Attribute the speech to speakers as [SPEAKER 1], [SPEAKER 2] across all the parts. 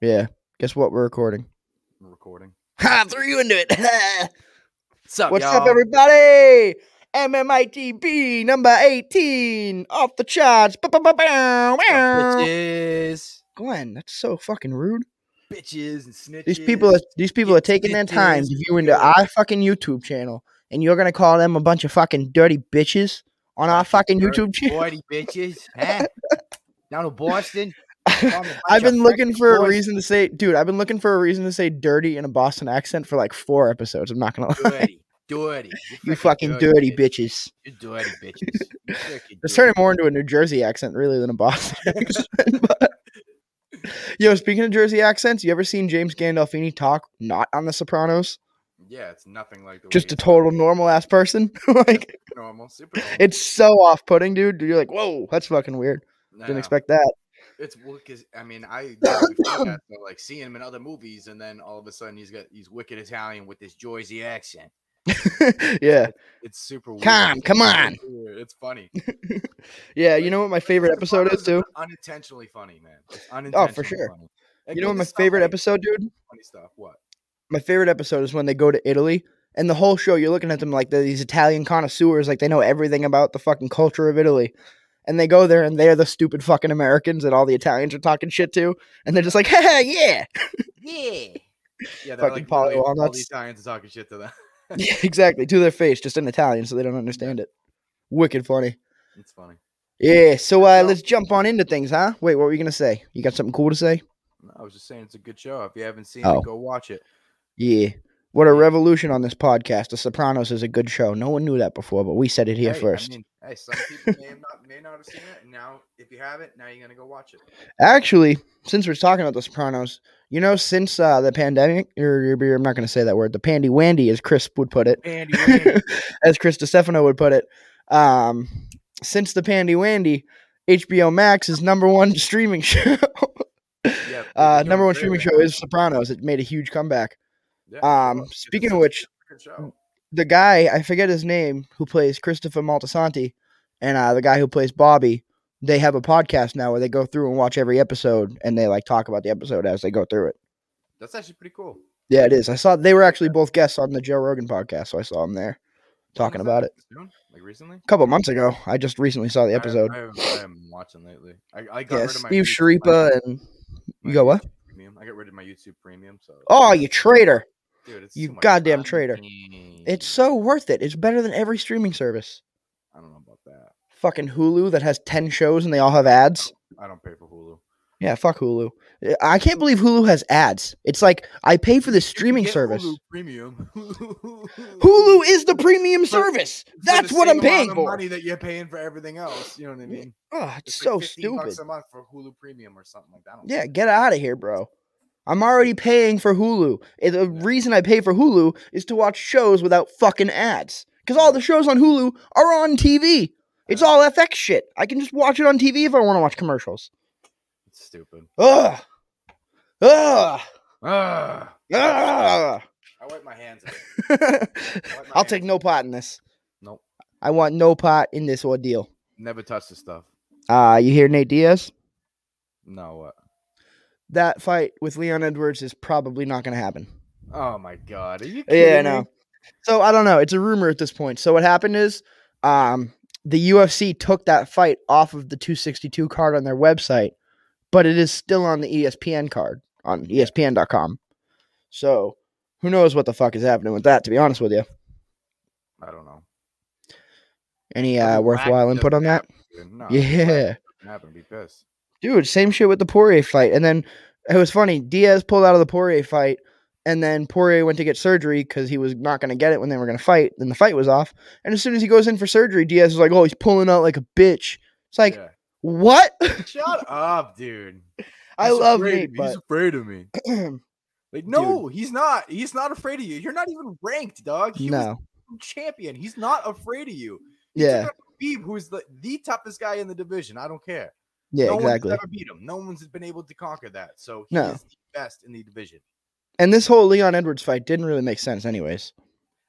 [SPEAKER 1] Yeah. Guess what? We're recording.
[SPEAKER 2] We're recording.
[SPEAKER 1] Ha! Threw you into it.
[SPEAKER 2] What's up,
[SPEAKER 1] What's
[SPEAKER 2] y'all?
[SPEAKER 1] up, everybody? MMITB number 18 off the charts. Ba-ba-ba-bow,
[SPEAKER 2] What's up,
[SPEAKER 1] wow.
[SPEAKER 2] bitches,
[SPEAKER 1] Glenn, that's so fucking rude.
[SPEAKER 2] bitches, and snitches.
[SPEAKER 1] These people, are, these people
[SPEAKER 2] You
[SPEAKER 1] are taking their time to
[SPEAKER 2] bitches.
[SPEAKER 1] view into our fucking YouTube channel, and you're gonna call them a bunch of fucking dirty bitches on our fucking YouTube channel.
[SPEAKER 2] Forty bitches, huh? Down to Boston.
[SPEAKER 1] I've been looking for a reason to say, dude. I've been looking for a reason to say "dirty" in a Boston accent for like four episodes. I'm not gonna lie.
[SPEAKER 2] Dirty, dirty.
[SPEAKER 1] You fucking dirty bitches.
[SPEAKER 2] You dirty bitches. You freaking
[SPEAKER 1] It's
[SPEAKER 2] dirty.
[SPEAKER 1] turning more into a New Jersey accent really than a Boston accent. but- Yo, speaking of Jersey accents, you ever seen James Gandolfini talk not on The Sopranos?
[SPEAKER 2] Yeah, it's nothing like the
[SPEAKER 1] Just
[SPEAKER 2] way
[SPEAKER 1] a total normal ass person. like
[SPEAKER 2] it's normal, super normal.
[SPEAKER 1] it's so off putting, dude. You're like, whoa, that's fucking weird.
[SPEAKER 2] No,
[SPEAKER 1] Didn't
[SPEAKER 2] no.
[SPEAKER 1] expect that.
[SPEAKER 2] It's well, because I mean, I yeah, we've seen that, but, like seeing him in other movies, and then all of a sudden he's got he's wicked Italian with this Jersey accent.
[SPEAKER 1] yeah.
[SPEAKER 2] It's super weird.
[SPEAKER 1] Come, come on.
[SPEAKER 2] It's weird. It's funny.
[SPEAKER 1] Yeah, you know what my favorite
[SPEAKER 2] It's
[SPEAKER 1] episode
[SPEAKER 2] funny,
[SPEAKER 1] is too?
[SPEAKER 2] it's Unintentionally funny, man. It's
[SPEAKER 1] Oh,
[SPEAKER 2] unintentionally
[SPEAKER 1] for sure.
[SPEAKER 2] funny.
[SPEAKER 1] You know what
[SPEAKER 2] Like,
[SPEAKER 1] my
[SPEAKER 2] stuff
[SPEAKER 1] favorite
[SPEAKER 2] like
[SPEAKER 1] episode, dude?
[SPEAKER 2] Funny stuff. What?
[SPEAKER 1] My favorite episode is when they go to Italy and the whole show you're looking at them like they're these Italian connoisseurs, like they know everything about the fucking culture of Italy. And they go there and they're the stupid fucking Americans that all the Italians are talking shit to, and they're just like, "Haha, yeah.
[SPEAKER 2] Yeah. Yeah. They're
[SPEAKER 1] Fucking
[SPEAKER 2] like
[SPEAKER 1] Paulo
[SPEAKER 2] literally all
[SPEAKER 1] Walnuts.
[SPEAKER 2] the Italians are talking shit to them.
[SPEAKER 1] Yeah, exactly. To their face, just in Italian, so they don't understand it. Wicked funny.
[SPEAKER 2] It's funny.
[SPEAKER 1] Yeah, so uh,
[SPEAKER 2] So-
[SPEAKER 1] let's jump on into things, huh? Wait, what were you gonna say? You got something cool to say?
[SPEAKER 2] No, I was just saying it's a good show. If you haven't seen
[SPEAKER 1] Oh.
[SPEAKER 2] it, go watch it.
[SPEAKER 1] Yeah. What a revolution on this podcast. The Sopranos is a good show. No one knew that before, but we said it here
[SPEAKER 2] Hey,
[SPEAKER 1] first.
[SPEAKER 2] I mean, hey, some people may, have not, may not have seen it. and Now, if you haven't, now you're gonna go watch it.
[SPEAKER 1] Actually, since we're talking about The Sopranos, you know, since uh, the pandemic, or, or- I'm not going to say that word, the pandy wandy, as Chris would put it,
[SPEAKER 2] Andy, Randy,
[SPEAKER 1] as Chris DeStefano would put it, um, since the pandy wandy, HBO Max is number one streaming show.
[SPEAKER 2] yeah,
[SPEAKER 1] uh,
[SPEAKER 2] they're doing
[SPEAKER 1] number one
[SPEAKER 2] great
[SPEAKER 1] streaming
[SPEAKER 2] right
[SPEAKER 1] show
[SPEAKER 2] now.
[SPEAKER 1] is Sopranos. It made a huge comeback.
[SPEAKER 2] Yeah,
[SPEAKER 1] um,
[SPEAKER 2] sure. It's
[SPEAKER 1] speaking of
[SPEAKER 2] such a
[SPEAKER 1] which, Mm.
[SPEAKER 2] good show.
[SPEAKER 1] The guy, I forget his name, who plays Christopher Maltasanti, and uh, the guy who plays Bobby, they have a podcast now where they go through and watch every episode and they like talk about the episode as they go through it.
[SPEAKER 2] that's actually pretty cool.
[SPEAKER 1] Yeah, it is. I saw they were actually both guests on the Joe Rogan podcast, so I saw them there talking about it
[SPEAKER 2] Soon? Like recently?
[SPEAKER 1] a couple months ago. I just recently saw the
[SPEAKER 2] I-
[SPEAKER 1] episode.
[SPEAKER 2] I, haven't- I, haven't watching lately. I, I got
[SPEAKER 1] Yeah,
[SPEAKER 2] rid of my
[SPEAKER 1] Steve
[SPEAKER 2] YouTube-
[SPEAKER 1] Sharipa and
[SPEAKER 2] my
[SPEAKER 1] you got what?
[SPEAKER 2] YouTube Premium. I got rid of my YouTube premium. So
[SPEAKER 1] Oh, you traitor!
[SPEAKER 2] dude, it's
[SPEAKER 1] you
[SPEAKER 2] too much
[SPEAKER 1] goddamn
[SPEAKER 2] time.
[SPEAKER 1] traitor. It's so worth it. It's better than every streaming service.
[SPEAKER 2] I don't know about that.
[SPEAKER 1] Fucking Hulu that has ten shows and they all have ads.
[SPEAKER 2] I don't pay for Hulu.
[SPEAKER 1] Yeah, fuck Hulu. Uh, I can't believe Hulu has ads. It's like I pay for the
[SPEAKER 2] You can
[SPEAKER 1] streaming
[SPEAKER 2] get
[SPEAKER 1] service.
[SPEAKER 2] Hulu
[SPEAKER 1] Hulu.
[SPEAKER 2] premium. Hulu
[SPEAKER 1] Hulu is the premium service. That's what I'm paying for.
[SPEAKER 2] Money that you're paying for everything else. You know what I mean?
[SPEAKER 1] Oh, it's
[SPEAKER 2] like
[SPEAKER 1] so
[SPEAKER 2] 15 bucks
[SPEAKER 1] stupid.
[SPEAKER 2] A month for Hulu premium or something like that. I don't
[SPEAKER 1] Yeah, get out of here, bro. I'm already paying for Hulu. And The
[SPEAKER 2] Yeah.
[SPEAKER 1] reason I pay for Hulu is to watch shows without fucking ads. Because all the shows on Hulu are on TV. It's
[SPEAKER 2] Yeah.
[SPEAKER 1] all FX shit. I can just watch it on TV if I want to watch commercials.
[SPEAKER 2] It's stupid.
[SPEAKER 1] Ugh. Ugh.
[SPEAKER 2] Ah,
[SPEAKER 1] Ugh.
[SPEAKER 2] I wipe my hands. of it. I wipe my
[SPEAKER 1] I'll take
[SPEAKER 2] hands.
[SPEAKER 1] no part in this.
[SPEAKER 2] Nope.
[SPEAKER 1] I want no part in this ordeal.
[SPEAKER 2] Never touch the stuff.
[SPEAKER 1] Uh, you hear Nate Diaz?
[SPEAKER 2] No. What?
[SPEAKER 1] That fight with Leon Edwards is probably not going to happen.
[SPEAKER 2] Oh my god. Are you kidding
[SPEAKER 1] Yeah, I
[SPEAKER 2] me?
[SPEAKER 1] know. So I don't know. It's a rumor at this point. So what happened is, um, the UFC took that fight off of the 262 card on their website, but it is still on the E ESPN card on E ESPN.com. So who knows what the fuck is happening with that? To be honest with you,
[SPEAKER 2] I don't know.
[SPEAKER 1] any
[SPEAKER 2] That'd
[SPEAKER 1] uh,
[SPEAKER 2] be
[SPEAKER 1] worthwhile
[SPEAKER 2] whack.
[SPEAKER 1] input on that?
[SPEAKER 2] Doesn't happen, dude. No,
[SPEAKER 1] Yeah.
[SPEAKER 2] I'm gonna be pissed.
[SPEAKER 1] dude. Same shit with the Poirier fight, and then it was funny. Diaz pulled out of the Poirier fight, and then Poirier went to get surgery because he was not going to get it when they were going to fight. Then the fight was off, and as soon as he goes in for surgery, Diaz is like, "Oh, he's pulling out like a bitch." It's like,
[SPEAKER 2] Yeah.
[SPEAKER 1] what?
[SPEAKER 2] shut up, dude.
[SPEAKER 1] I
[SPEAKER 2] He's
[SPEAKER 1] love
[SPEAKER 2] afraid-
[SPEAKER 1] Nate,
[SPEAKER 2] He's
[SPEAKER 1] but
[SPEAKER 2] afraid of me. Like, no, he's not. He's not afraid of you. You're not even ranked, dog. He was
[SPEAKER 1] no,
[SPEAKER 2] the champion. He's not afraid of you. He took
[SPEAKER 1] yeah,
[SPEAKER 2] out Khabib, who's the, the toughest guy in the division. I don't care.
[SPEAKER 1] yeah,
[SPEAKER 2] no
[SPEAKER 1] exactly.
[SPEAKER 2] one's ever beat him. No one's been able to conquer that. So he
[SPEAKER 1] No.
[SPEAKER 2] is the best in the division.
[SPEAKER 1] and this whole Leon Edwards fight didn't really make sense, anyways.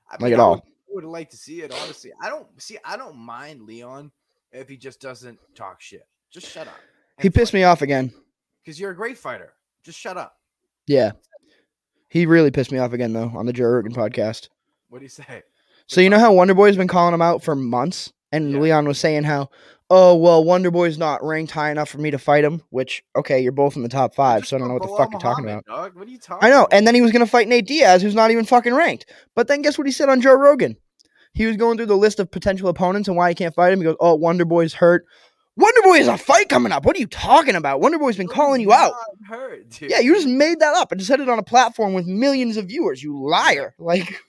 [SPEAKER 2] I
[SPEAKER 1] Like at
[SPEAKER 2] I
[SPEAKER 1] all.
[SPEAKER 2] Would, I would like to see it, honestly. I don't see. I don't mind Leon if he just doesn't talk shit. Just shut up.
[SPEAKER 1] He pissed me off again.
[SPEAKER 2] because you're a great fighter. Just shut up.
[SPEAKER 1] Yeah. He really pissed me off again though on the Joe Rogan podcast.
[SPEAKER 2] What do you say?
[SPEAKER 1] So you know how Wonder Boy's been calling him out for months, and
[SPEAKER 2] Yeah.
[SPEAKER 1] Leon was saying how, oh well, Wonder Boy's not ranked high enough for me to fight him. Which okay, you're both in the top five, so I don't know what the fuck you're talking about.
[SPEAKER 2] Dog. What are you talking?
[SPEAKER 1] I know. And
[SPEAKER 2] about?
[SPEAKER 1] then he was going to fight Nate Diaz, who's not even fucking ranked. But then guess what he said on Joe Rogan? He was going through the list of potential opponents and why he can't fight him. He goes, "Oh, Wonder Boy's hurt. Wonder Boy has a fight coming up. What are you talking about? Wonder Boy's been
[SPEAKER 2] Dude,
[SPEAKER 1] calling you
[SPEAKER 2] you're
[SPEAKER 1] out.
[SPEAKER 2] not Hurt, dude.
[SPEAKER 1] Yeah, you just made that up and just said it on a platform with millions of viewers. You liar! Like,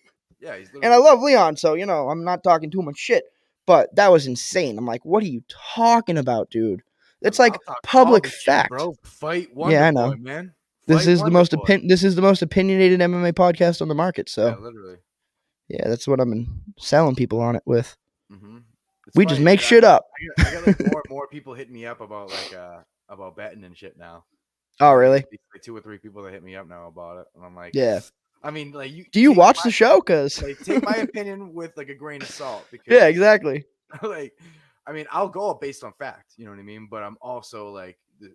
[SPEAKER 2] Yeah, he's
[SPEAKER 1] and I
[SPEAKER 2] literally-
[SPEAKER 1] love Leon, so you know I'm not talking too much shit. But that was insane. I'm like, what are you talking about, dude? It's
[SPEAKER 2] I'll
[SPEAKER 1] like
[SPEAKER 2] talk all
[SPEAKER 1] public
[SPEAKER 2] the shit,
[SPEAKER 1] fact.
[SPEAKER 2] bro. Fight Wonder
[SPEAKER 1] Yeah, I know.
[SPEAKER 2] Boy, man.
[SPEAKER 1] This
[SPEAKER 2] Fight
[SPEAKER 1] is the
[SPEAKER 2] Wonder
[SPEAKER 1] most
[SPEAKER 2] Boy.
[SPEAKER 1] opin- This is the most opinionated MMA podcast on the market. So
[SPEAKER 2] Yeah, literally.
[SPEAKER 1] Yeah, that's what I've been selling people on it with.
[SPEAKER 2] Mm-hmm.
[SPEAKER 1] we just make shit up.
[SPEAKER 2] I got, I got like more and more people hitting me up about like uh about betting and shit now.
[SPEAKER 1] Oh, really?
[SPEAKER 2] It's, Like two or three people that hit me up now about it, and I'm like,
[SPEAKER 1] Yeah.
[SPEAKER 2] I mean, like you.
[SPEAKER 1] Do you
[SPEAKER 2] take
[SPEAKER 1] watch
[SPEAKER 2] my-
[SPEAKER 1] the show? Cause
[SPEAKER 2] Like, take my opinion with like a grain of salt because
[SPEAKER 1] yeah, exactly.
[SPEAKER 2] like I mean, I'll go up based on fact, you know what I mean? But I'm also like the,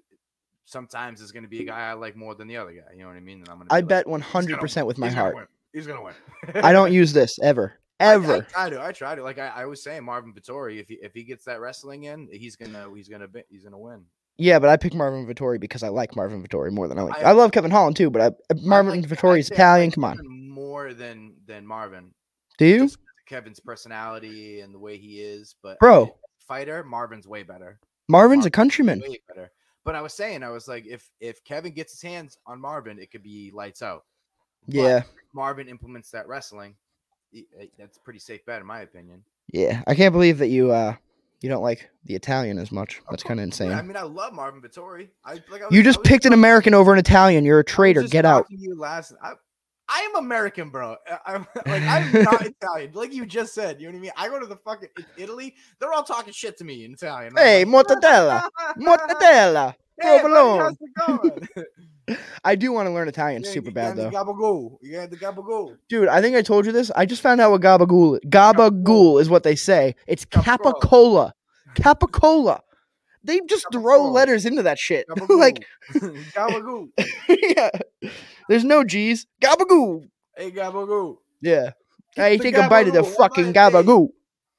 [SPEAKER 2] sometimes it's gonna be a guy I like more than the other guy, you know what I mean? And I'm gonna
[SPEAKER 1] I
[SPEAKER 2] be like,
[SPEAKER 1] bet
[SPEAKER 2] "He's
[SPEAKER 1] one
[SPEAKER 2] gonna
[SPEAKER 1] hundred percent
[SPEAKER 2] win.
[SPEAKER 1] with my
[SPEAKER 2] He's gonna
[SPEAKER 1] heart.
[SPEAKER 2] win. He's gonna win.
[SPEAKER 1] I don't use this ever,
[SPEAKER 2] I- I,
[SPEAKER 1] ever.
[SPEAKER 2] try to. I try to. Like I, I was saying, Marvin Vittori. If he if he gets that wrestling in, he's gonna he's gonna be, he's gonna win.
[SPEAKER 1] Yeah, but I pick Marvin Vittori because I like Marvin Vittori more than I like.
[SPEAKER 2] I-
[SPEAKER 1] I love Kevin Holland too, but I, Marvin
[SPEAKER 2] like- I'd
[SPEAKER 1] Vittori's
[SPEAKER 2] say I
[SPEAKER 1] Italian.
[SPEAKER 2] like
[SPEAKER 1] Come on,
[SPEAKER 2] Kevin more than than Marvin.
[SPEAKER 1] do you?
[SPEAKER 2] Just Kevin's personality and the way he is, but I
[SPEAKER 1] Bro.
[SPEAKER 2] mean, fighter Marvin's way better.
[SPEAKER 1] Marvin's
[SPEAKER 2] Marvin-
[SPEAKER 1] a countryman.
[SPEAKER 2] Way better. But I was saying, I was like, if if Kevin gets his hands on Marvin, it could be lights out.
[SPEAKER 1] Yeah,
[SPEAKER 2] Marvin implements that wrestling. he- eh, That's a pretty safe bet, in my opinion.
[SPEAKER 1] yeah. I can't believe that you uh you don't like the Italian as much. That's kind of
[SPEAKER 2] Yeah, I
[SPEAKER 1] insane.
[SPEAKER 2] mean, I love Marvin Vittori. I, like, I was,
[SPEAKER 1] You
[SPEAKER 2] I
[SPEAKER 1] just
[SPEAKER 2] was
[SPEAKER 1] picked an
[SPEAKER 2] talking-
[SPEAKER 1] American over an Italian. You're a
[SPEAKER 2] I was
[SPEAKER 1] traitor.
[SPEAKER 2] just
[SPEAKER 1] Get out.
[SPEAKER 2] talking to You last. I, I am American, bro. I, am like I'm not Italian. Like you just said, you know what I mean. I go to the fucking I- Italy. They're all talking shit to me in Italian. I'm
[SPEAKER 1] Hey,
[SPEAKER 2] like,
[SPEAKER 1] mortadella, mortadella.
[SPEAKER 2] Hey, buddy,
[SPEAKER 1] provolone.
[SPEAKER 2] how's it going?
[SPEAKER 1] I do want to learn Italian
[SPEAKER 2] Yeah,
[SPEAKER 1] super
[SPEAKER 2] you
[SPEAKER 1] bad
[SPEAKER 2] got
[SPEAKER 1] though.
[SPEAKER 2] the Gabagool. You got the gabagool.
[SPEAKER 1] Dude, I think I told you this. I just found out what gabagool gabagool is what they say. It's
[SPEAKER 2] Gabagool.
[SPEAKER 1] capicola. Capicola. They just throw
[SPEAKER 2] Gabagool.
[SPEAKER 1] letters into that shit. like
[SPEAKER 2] Gabagool. gabagool.
[SPEAKER 1] yeah. There's no G's. Gabagool.
[SPEAKER 2] Hey, gabagool.
[SPEAKER 1] Yeah.
[SPEAKER 2] Get
[SPEAKER 1] I
[SPEAKER 2] the
[SPEAKER 1] take a bite of the
[SPEAKER 2] gabagool. I'm
[SPEAKER 1] fucking
[SPEAKER 2] like, hey,
[SPEAKER 1] gabagool.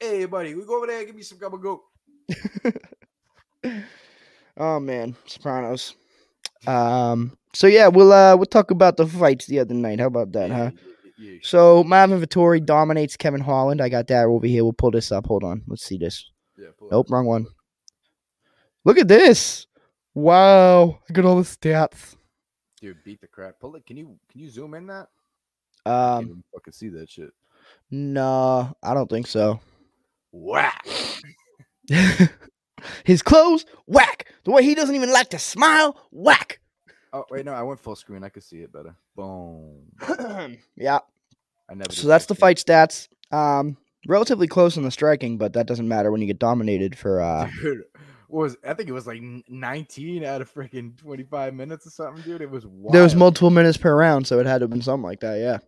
[SPEAKER 2] Hey, buddy, we go over there. Give me some gabagool.
[SPEAKER 1] Oh man, Sopranos. Um so yeah, we'll uh we'll talk about the fights the other night. How about that,
[SPEAKER 2] Yeah,
[SPEAKER 1] huh?
[SPEAKER 2] yeah, yeah, yeah.
[SPEAKER 1] So Marvin Vittori dominates Kevin Holland. I got that over here. We'll pull this up. Hold on. Let's see this.
[SPEAKER 2] Yeah, pull it
[SPEAKER 1] Nope,
[SPEAKER 2] up.
[SPEAKER 1] wrong one. Look at this. Wow. Look at all the stats.
[SPEAKER 2] Dude, beat the crap. Pull it. Can you can you zoom in that? I can't
[SPEAKER 1] Um,
[SPEAKER 2] even fucking see that shit.
[SPEAKER 1] no, I don't think so.
[SPEAKER 2] Whack.
[SPEAKER 1] His clothes, whack. The way he doesn't even like to smile, whack.
[SPEAKER 2] Oh wait, no, I went full screen. I could see it better. Boom.
[SPEAKER 1] yeah.
[SPEAKER 2] I never.
[SPEAKER 1] So
[SPEAKER 2] did
[SPEAKER 1] that's the
[SPEAKER 2] full
[SPEAKER 1] fight stats. Um, relatively close on the striking, but that doesn't matter when you get dominated for uh.
[SPEAKER 2] screen. Dude, what was I think it was like n- 19 out of freaking 25 minutes or something, dude. It was wild.
[SPEAKER 1] There was multiple minutes per round, so it had to have been something like that. Yeah.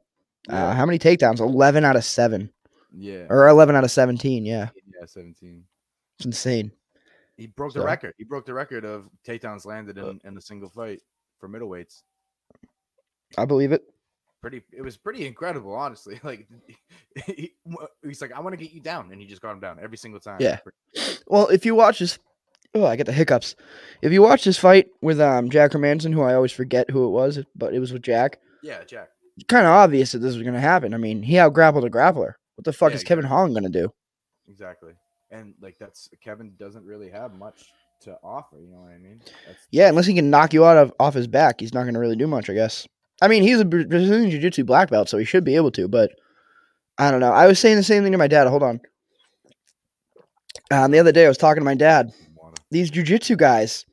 [SPEAKER 1] Uh,
[SPEAKER 2] Yeah.
[SPEAKER 1] how many takedowns? Eleven out of seven,
[SPEAKER 2] yeah.
[SPEAKER 1] or eleven out of seventeen. Yeah,
[SPEAKER 2] Yeah, 17.
[SPEAKER 1] it's insane.
[SPEAKER 2] He broke the
[SPEAKER 1] So-
[SPEAKER 2] record. He broke the record of takedowns landed
[SPEAKER 1] Uh,
[SPEAKER 2] in, in a single fight for middleweights.
[SPEAKER 1] I believe it.
[SPEAKER 2] Pretty, it was pretty incredible, honestly. Like he, he's like, I want to get you down, and he just got him down every single time.
[SPEAKER 1] Yeah. Well, if you watch this, oh, I get the hiccups. If you watch this fight with um Jack Hermanson, who I always forget who it was, but it was with Jack,
[SPEAKER 2] yeah, Jack.
[SPEAKER 1] kind of obvious that this was going to happen. I mean, he out grappled a grappler. What the fuck
[SPEAKER 2] Yeah,
[SPEAKER 1] is Kevin Holland going to do?
[SPEAKER 2] Exactly. And like that's Kevin doesn't really have much to offer. You know what I mean? That's,
[SPEAKER 1] Yeah, unless he can knock you out of off his back, he's not going to really do much, I guess. I mean, he's a Bra- Brazilian Jiu Jitsu black belt, so he should be able to, but I don't know. I was saying the same thing to my dad. Hold on. Um, the other day, I was talking to my dad,
[SPEAKER 2] Water.
[SPEAKER 1] these jujitsu guys.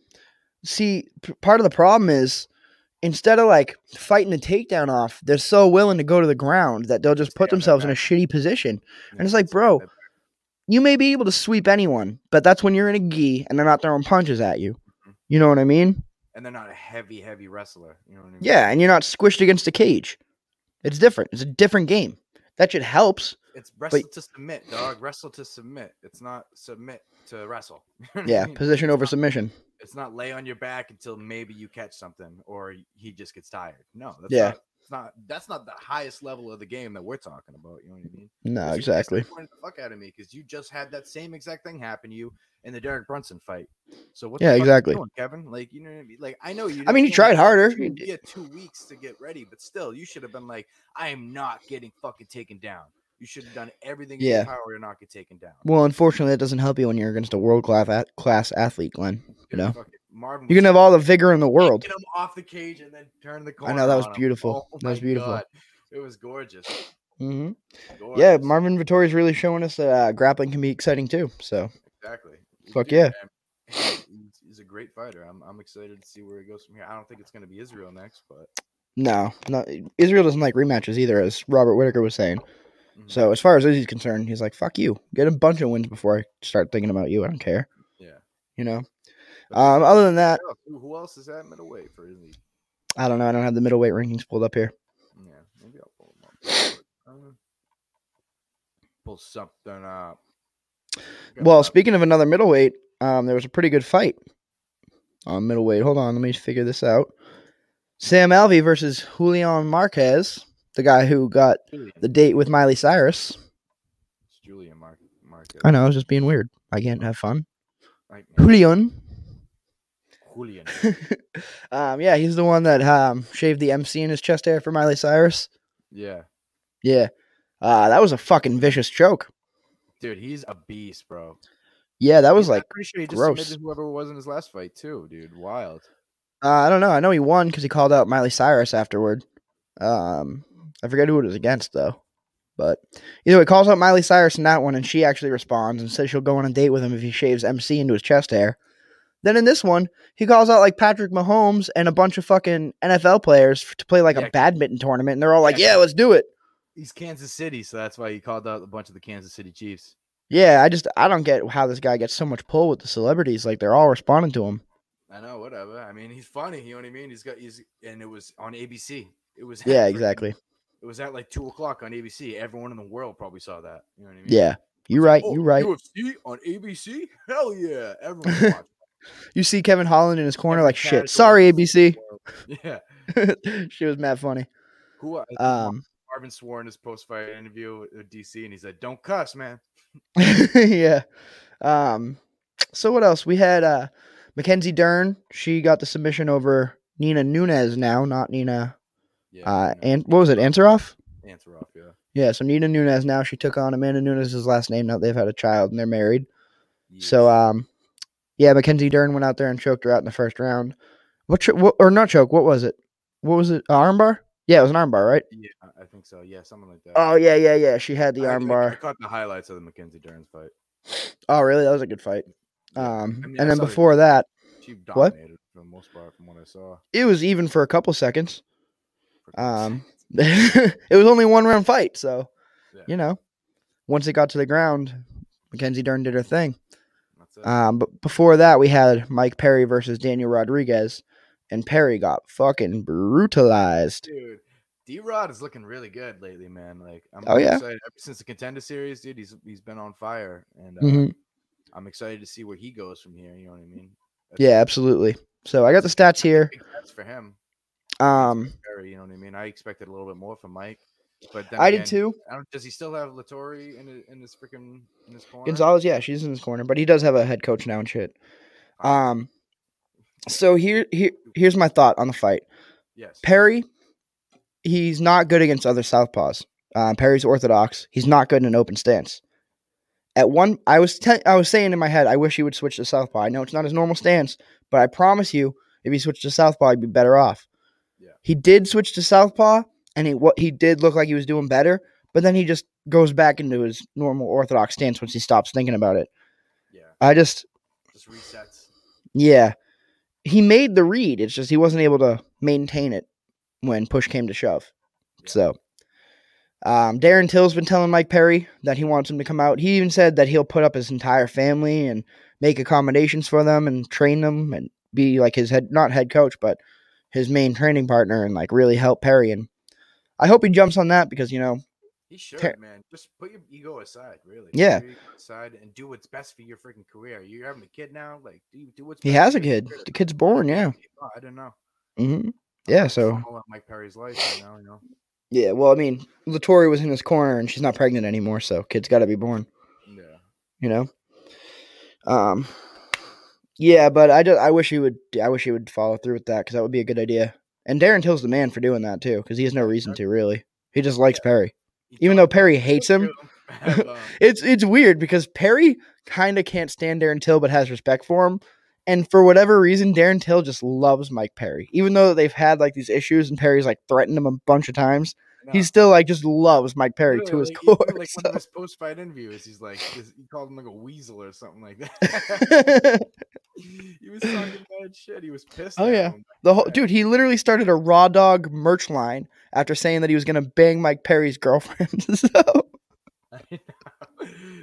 [SPEAKER 1] See, p- part of the problem is instead of like fighting the takedown off, they're so willing to go to the ground that they'll just
[SPEAKER 2] Stay on
[SPEAKER 1] put
[SPEAKER 2] their
[SPEAKER 1] themselves in a
[SPEAKER 2] back.
[SPEAKER 1] shitty position.
[SPEAKER 2] Yeah,
[SPEAKER 1] it's like,
[SPEAKER 2] that's-
[SPEAKER 1] bro,
[SPEAKER 2] that-
[SPEAKER 1] You may be able to sweep anyone, but that's when you're in a gi and they're not throwing punches at you. You know what I mean?
[SPEAKER 2] and they're not a heavy, heavy wrestler. You know what I mean?
[SPEAKER 1] Yeah, and you're not squished against a cage. It's different. It's a different game. That shit helps.
[SPEAKER 2] It's wrestle to submit, dog. Wrestle to submit. It's not submit to wrestle. You know what I
[SPEAKER 1] Yeah,
[SPEAKER 2] mean?
[SPEAKER 1] position
[SPEAKER 2] It's
[SPEAKER 1] over
[SPEAKER 2] not-
[SPEAKER 1] submission.
[SPEAKER 2] It's not lay on your back until maybe you catch something or he just gets tired. No, that's
[SPEAKER 1] Yeah.
[SPEAKER 2] not, it's not that's not the highest level of the game that we're talking about. You know what I mean?
[SPEAKER 1] No,
[SPEAKER 2] Because you just
[SPEAKER 1] Ah, exactly.
[SPEAKER 2] disappointed the fuck out of me because you just had that same exact thing happen to you in the Derek Brunson fight. So what? the
[SPEAKER 1] Yeah,
[SPEAKER 2] fuck you
[SPEAKER 1] exactly.
[SPEAKER 2] doing, Kevin. Like you know what I mean? Like I know you.
[SPEAKER 1] I mean, you
[SPEAKER 2] can't
[SPEAKER 1] tried
[SPEAKER 2] get
[SPEAKER 1] harder.
[SPEAKER 2] Two,
[SPEAKER 1] You-
[SPEAKER 2] yeah, two weeks to get ready, but still, you should have been like, I am not getting fucking taken down. You should have done everything in
[SPEAKER 1] Yeah.
[SPEAKER 2] your power to not get taken down.
[SPEAKER 1] Well, unfortunately, that doesn't help you when you're against a world class at- class athlete, Glenn.
[SPEAKER 2] Dude,
[SPEAKER 1] know?
[SPEAKER 2] fucking Marvin
[SPEAKER 1] You
[SPEAKER 2] was
[SPEAKER 1] can have all the vigor in the world.
[SPEAKER 2] Get him off the cage and then turn the
[SPEAKER 1] I
[SPEAKER 2] corner.
[SPEAKER 1] know, that was
[SPEAKER 2] on him.
[SPEAKER 1] beautiful.
[SPEAKER 2] Oh
[SPEAKER 1] That was
[SPEAKER 2] my
[SPEAKER 1] beautiful.
[SPEAKER 2] God. It was gorgeous.
[SPEAKER 1] hmm Yeah,
[SPEAKER 2] Gorgeous.
[SPEAKER 1] Marvin Vittori's really showing us that uh, grappling can be exciting too. So
[SPEAKER 2] Exactly. He's
[SPEAKER 1] Fuck
[SPEAKER 2] good,
[SPEAKER 1] yeah.
[SPEAKER 2] man. He's- He's a great fighter. I'm, I'm excited to see where he goes from here. I don't think it's going to be Israel next, but
[SPEAKER 1] no, not, Israel doesn't like rematches either, as Robert Whitaker was saying.
[SPEAKER 2] mhm,
[SPEAKER 1] So as far as Izzy's concerned, he's like, "Fuck you, get a bunch of wins before I start thinking about you. I don't care."
[SPEAKER 2] Yeah.
[SPEAKER 1] You know.
[SPEAKER 2] But
[SPEAKER 1] Um,
[SPEAKER 2] who-
[SPEAKER 1] other than that,
[SPEAKER 2] who else- who, who else is at middleweight for Izzy?
[SPEAKER 1] I don't know. I don't have the middleweight rankings pulled up here.
[SPEAKER 2] Yeah, maybe I'll pull him up. Uh, pull something up. Got uh,
[SPEAKER 1] Well,
[SPEAKER 2] my-
[SPEAKER 1] speaking of another middleweight, um, there was a pretty good fight on middleweight. Hold on, let me figure this out. Sam Alvey versus Julian Marquez, the guy who got
[SPEAKER 2] Julian.
[SPEAKER 1] the date with Miley Cyrus.
[SPEAKER 2] It's Julian Mark. Marquez.
[SPEAKER 1] I know, I was just being weird. I can't have fun.
[SPEAKER 2] Right, man.
[SPEAKER 1] Julian.
[SPEAKER 2] Julian.
[SPEAKER 1] um, yeah, he's the one that um, shaved the MC in his chest hair for Miley Cyrus.
[SPEAKER 2] Yeah.
[SPEAKER 1] Yeah. Uh, that was a fucking vicious choke.
[SPEAKER 2] Dude, he's a beast, bro.
[SPEAKER 1] Yeah, that was
[SPEAKER 2] He's- I'm
[SPEAKER 1] like,
[SPEAKER 2] pretty sure he just
[SPEAKER 1] gross.
[SPEAKER 2] submitted whoever was in his last fight too, dude. Wild.
[SPEAKER 1] uh, I don't know. I know he won because he called out Miley Cyrus afterward. Um, I forget who it was against, though. But either way, calls out Miley Cyrus in that one, and she actually responds and says she'll go on a date with him if he shaves MC into his chest hair. Then in this one, he calls out like Patrick Mahomes and a bunch of fucking NFL players f- to play like
[SPEAKER 2] Yeah.
[SPEAKER 1] a badminton tournament, and they're all like,
[SPEAKER 2] Yeah.
[SPEAKER 1] "Yeah, let's do it."
[SPEAKER 2] He's Kansas City, so that's why he called out a bunch of the Kansas City Chiefs.
[SPEAKER 1] Yeah, I just I don't get how this guy gets so much pull with the celebrities. Like they're all responding to him.
[SPEAKER 2] I know, whatever. I mean, he's funny. You know what I mean? He's got he's and it was on ABC. It was at
[SPEAKER 1] Yeah,
[SPEAKER 2] freaking-
[SPEAKER 1] exactly.
[SPEAKER 2] It was at like two o'clock on ABC. Everyone in the world probably saw that. You know what I mean?
[SPEAKER 1] Yeah, you
[SPEAKER 2] It's
[SPEAKER 1] right.
[SPEAKER 2] like, "Oh,
[SPEAKER 1] You right.
[SPEAKER 2] UFC on ABC? Hell yeah! Everyone watched.
[SPEAKER 1] You see Kevin Holland in his corner
[SPEAKER 2] Every
[SPEAKER 1] like
[SPEAKER 2] casual
[SPEAKER 1] shit. Sorry,
[SPEAKER 2] person in
[SPEAKER 1] ABC.
[SPEAKER 2] the world. Yeah.
[SPEAKER 1] she was mad funny.
[SPEAKER 2] Who? I think
[SPEAKER 1] Um,
[SPEAKER 2] Marvin swore in his post-fight interview with DC, and he said, "Don't cuss, man."
[SPEAKER 1] yeah. Um, so what else? We had uh, Mackenzie Dern. She got the submission over Nina Nunez now, not Nina.
[SPEAKER 2] Yeah.
[SPEAKER 1] Uh,
[SPEAKER 2] you know,
[SPEAKER 1] and what was it? Ansaroff.
[SPEAKER 2] answer off. Yeah.
[SPEAKER 1] Yeah. So Nina Nunez now she took on Amanda Nunez's last name. Now they've had a child and they're married. So
[SPEAKER 2] Yes.
[SPEAKER 1] um, yeah, Mackenzie Dern went out there and choked her out in the first round. What? Cho- what or not choke? What was it? What was it? Uh, armbar? Yeah, it was an armbar, right?
[SPEAKER 2] Yeah, I- I think so. Yeah, something like that.
[SPEAKER 1] Oh yeah, yeah, yeah. She had the
[SPEAKER 2] I actually- I
[SPEAKER 1] armbar.
[SPEAKER 2] caught the highlights of the Mackenzie Dern fight.
[SPEAKER 1] Oh really? That was a good fight.
[SPEAKER 2] Yeah,
[SPEAKER 1] Um,
[SPEAKER 2] I mean, I
[SPEAKER 1] and then
[SPEAKER 2] saw the-
[SPEAKER 1] before that,
[SPEAKER 2] she
[SPEAKER 1] what?
[SPEAKER 2] dominated for the most part, from what I saw.
[SPEAKER 1] it was even for a couple seconds.
[SPEAKER 2] For-
[SPEAKER 1] Um, it was only one round fight, so
[SPEAKER 2] Yeah.
[SPEAKER 1] you know, once it got to the ground, Mackenzie Dern did her thing.
[SPEAKER 2] That's it.
[SPEAKER 1] Um, but before that, we had Mike Perry versus Daniel Rodriguez, and Perry got fucking brutalized.
[SPEAKER 2] dude. D Rod is looking really good lately, man. Like I'm
[SPEAKER 1] Oh,
[SPEAKER 2] really
[SPEAKER 1] yeah.
[SPEAKER 2] excited ever since the contender series, dude. He's he's been on fire, and uh,
[SPEAKER 1] Mhm.
[SPEAKER 2] I'm excited to see where he goes from here. You know what I mean? That's
[SPEAKER 1] Yeah, absolutely. So I got the stats here.
[SPEAKER 2] big steps for him.
[SPEAKER 1] Um,
[SPEAKER 2] Perry, you know what I mean? I expected a little bit more from Mike, but then
[SPEAKER 1] I did
[SPEAKER 2] again,
[SPEAKER 1] too.
[SPEAKER 2] I don't, does he still have Latori in his, in his freaking in his corner?
[SPEAKER 1] Gonzalez, yeah, she's in his corner, but he does have a head coach now and shit. Um, so here, here, here's my thought on the fight.
[SPEAKER 2] yes.
[SPEAKER 1] Perry, he's not good against other southpaws. Uh, Perry's orthodox. He's not good in an open stance. At one, I was te- I was saying in my head, I wish he would switch to southpaw. I know it's not his normal stance, but I promise you, if he switched to southpaw, he'd be better off.
[SPEAKER 2] Yeah.
[SPEAKER 1] He did switch to southpaw, and he what he did look like he was doing better, but then he just goes back into his normal orthodox stance once he stops thinking about it.
[SPEAKER 2] yeah.
[SPEAKER 1] I just
[SPEAKER 2] Just resets.
[SPEAKER 1] yeah, he made the read. It's just he wasn't able to maintain it when push came to shove.
[SPEAKER 2] Yeah.
[SPEAKER 1] So, um, Darren Till's been telling Mike Perry that he wants him to come out. He even said that he'll put up his entire family and make accommodations for them and train them and be like his head, not head coach, but his main training partner and like really help Perry. And I hope he jumps on that because, you know,
[SPEAKER 2] He should,
[SPEAKER 1] Ter-
[SPEAKER 2] man. Just put your ego aside, really.
[SPEAKER 1] Yeah.
[SPEAKER 2] Put your ego aside and do what's best for your freaking career. You're having a kid now, like do do what's.
[SPEAKER 1] He
[SPEAKER 2] best
[SPEAKER 1] has
[SPEAKER 2] for
[SPEAKER 1] a
[SPEAKER 2] your
[SPEAKER 1] kid.
[SPEAKER 2] career.
[SPEAKER 1] The kid's born. Yeah.
[SPEAKER 2] I don't know.
[SPEAKER 1] hmm Yeah. So
[SPEAKER 2] Follow up Mike Perry's life right now, you know.
[SPEAKER 1] yeah. Well, I mean, Latoya was in his corner, and she's not pregnant anymore. So kid's got to be born.
[SPEAKER 2] Yeah.
[SPEAKER 1] You know. Um. Yeah, but I do, I wish he would. I wish he would follow through with that because that would be a good idea. And Darren Till's the man for doing that too, because he has no reason to really. He just likes Perry,
[SPEAKER 2] He
[SPEAKER 1] even though
[SPEAKER 2] talked
[SPEAKER 1] Perry
[SPEAKER 2] about
[SPEAKER 1] hates
[SPEAKER 2] it
[SPEAKER 1] him.
[SPEAKER 2] too, but, um,
[SPEAKER 1] It's it's weird because Perry kind of can't stand Darren Till, but has respect for him. And for whatever reason, Darren Till just loves Mike Perry, even though they've had like these issues and Perry's like threatened him a bunch of times.
[SPEAKER 2] no.
[SPEAKER 1] He still like just loves Mike Perry to his
[SPEAKER 2] Literally, he-
[SPEAKER 1] core.
[SPEAKER 2] Like
[SPEAKER 1] so-
[SPEAKER 2] one of his post-fight interviews, he's like, this- he called him like a weasel or something like that. he was talking bad shit. He was pissed.
[SPEAKER 1] Oh,
[SPEAKER 2] at
[SPEAKER 1] yeah.
[SPEAKER 2] him.
[SPEAKER 1] the whole dude, he literally started a raw dog merch line after saying that he was gonna bang Mike Perry's girlfriend. so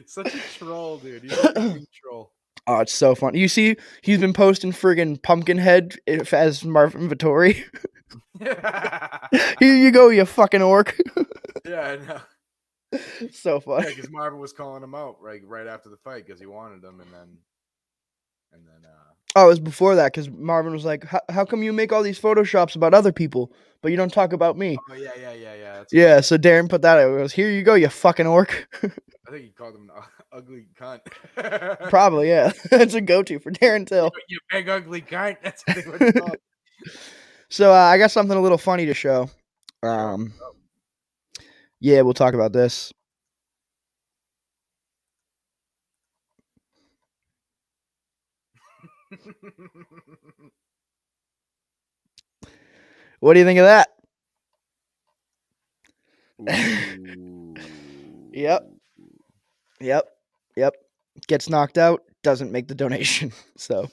[SPEAKER 2] Such a troll, dude. He's such a big troll.
[SPEAKER 1] oh, it's so fun. You see, he's been posting friggin' Pumpkinhead if, as Marvin Vittori.
[SPEAKER 2] yeah,
[SPEAKER 1] Here you go, you fucking orc.
[SPEAKER 2] I know.
[SPEAKER 1] so fun.
[SPEAKER 2] because Marvin was calling him out right right after the fight because he wanted him, and then and then uh,
[SPEAKER 1] Oh, it was before that because Marvin was like, "How- "How come you make all these photoshops about other people, but you don't talk about me?"
[SPEAKER 2] oh yeah, yeah, yeah, yeah. That's right.
[SPEAKER 1] Yeah, so Darren put that. out. It was, "Here you go, you fucking orc."
[SPEAKER 2] I think he called him an u- ugly cunt.
[SPEAKER 1] Probably, yeah. That's a go-to for Darren Till.
[SPEAKER 2] you big ugly cunt. That's what they would call. it.
[SPEAKER 1] So uh, I got something a little funny to show. Um, yeah, we'll talk about this. What do you think of that? Yep. Yep, yep. Gets knocked out, doesn't make the donation. So,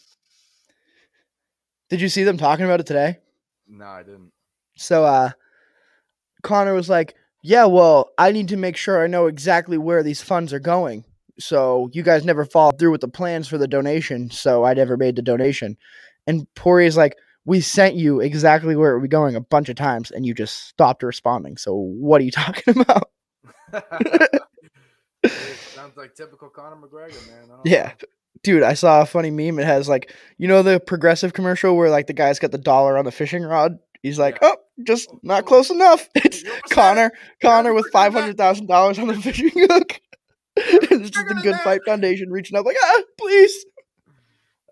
[SPEAKER 1] did you see them talking about it today?
[SPEAKER 2] No, I didn't.
[SPEAKER 1] So uh Connor was like, "Yeah, well, I need to make sure I know exactly where these funds are going. So you guys never followed through with the plans for the donation, so I never made the donation." And Poirier's like, "We sent you exactly where it would be going a bunch of times, and you just stopped responding. So what are you talking about?"
[SPEAKER 2] It sounds like typical Conor McGregor, man. I don't
[SPEAKER 1] Yeah. Dude, I saw a funny meme. It has like, you know, the progressive commercial where like the guy's got the dollar on the fishing rod. He's like,
[SPEAKER 2] Yeah.
[SPEAKER 1] oh, just not close enough. It's
[SPEAKER 2] You almost had it.
[SPEAKER 1] Connor, Connor with
[SPEAKER 2] freaking
[SPEAKER 1] five
[SPEAKER 2] back.
[SPEAKER 1] hundred thousand dollars on the fishing hook. And it's just
[SPEAKER 2] freaking
[SPEAKER 1] the Good
[SPEAKER 2] back.
[SPEAKER 1] Fight Foundation reaching up like, ah, please.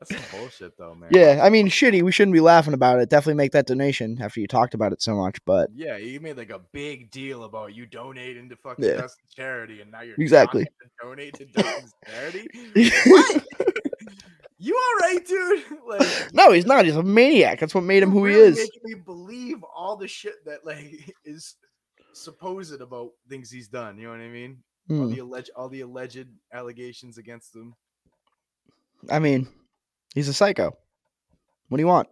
[SPEAKER 2] That's some bullshit, though, man.
[SPEAKER 1] Yeah, I mean, shitty. We shouldn't be laughing about it. Definitely make that donation after you talked about it so much. But
[SPEAKER 2] Yeah, you made like a big deal about you donating to fucking
[SPEAKER 1] Yeah.
[SPEAKER 2] Dustin's charity, and now you're
[SPEAKER 1] Exactly.
[SPEAKER 2] not gonna donate to Dustin's charity. What? you all right, dude? Like,
[SPEAKER 1] no, he's not. He's a maniac. That's what made him
[SPEAKER 2] you're
[SPEAKER 1] who he
[SPEAKER 2] really
[SPEAKER 1] is.
[SPEAKER 2] Making me believe all the shit that like is supposed about things he's done. You know what I mean? All
[SPEAKER 1] Hmm.
[SPEAKER 2] the alleged, all the alleged allegations against him.
[SPEAKER 1] I mean, he's a psycho. What do you want?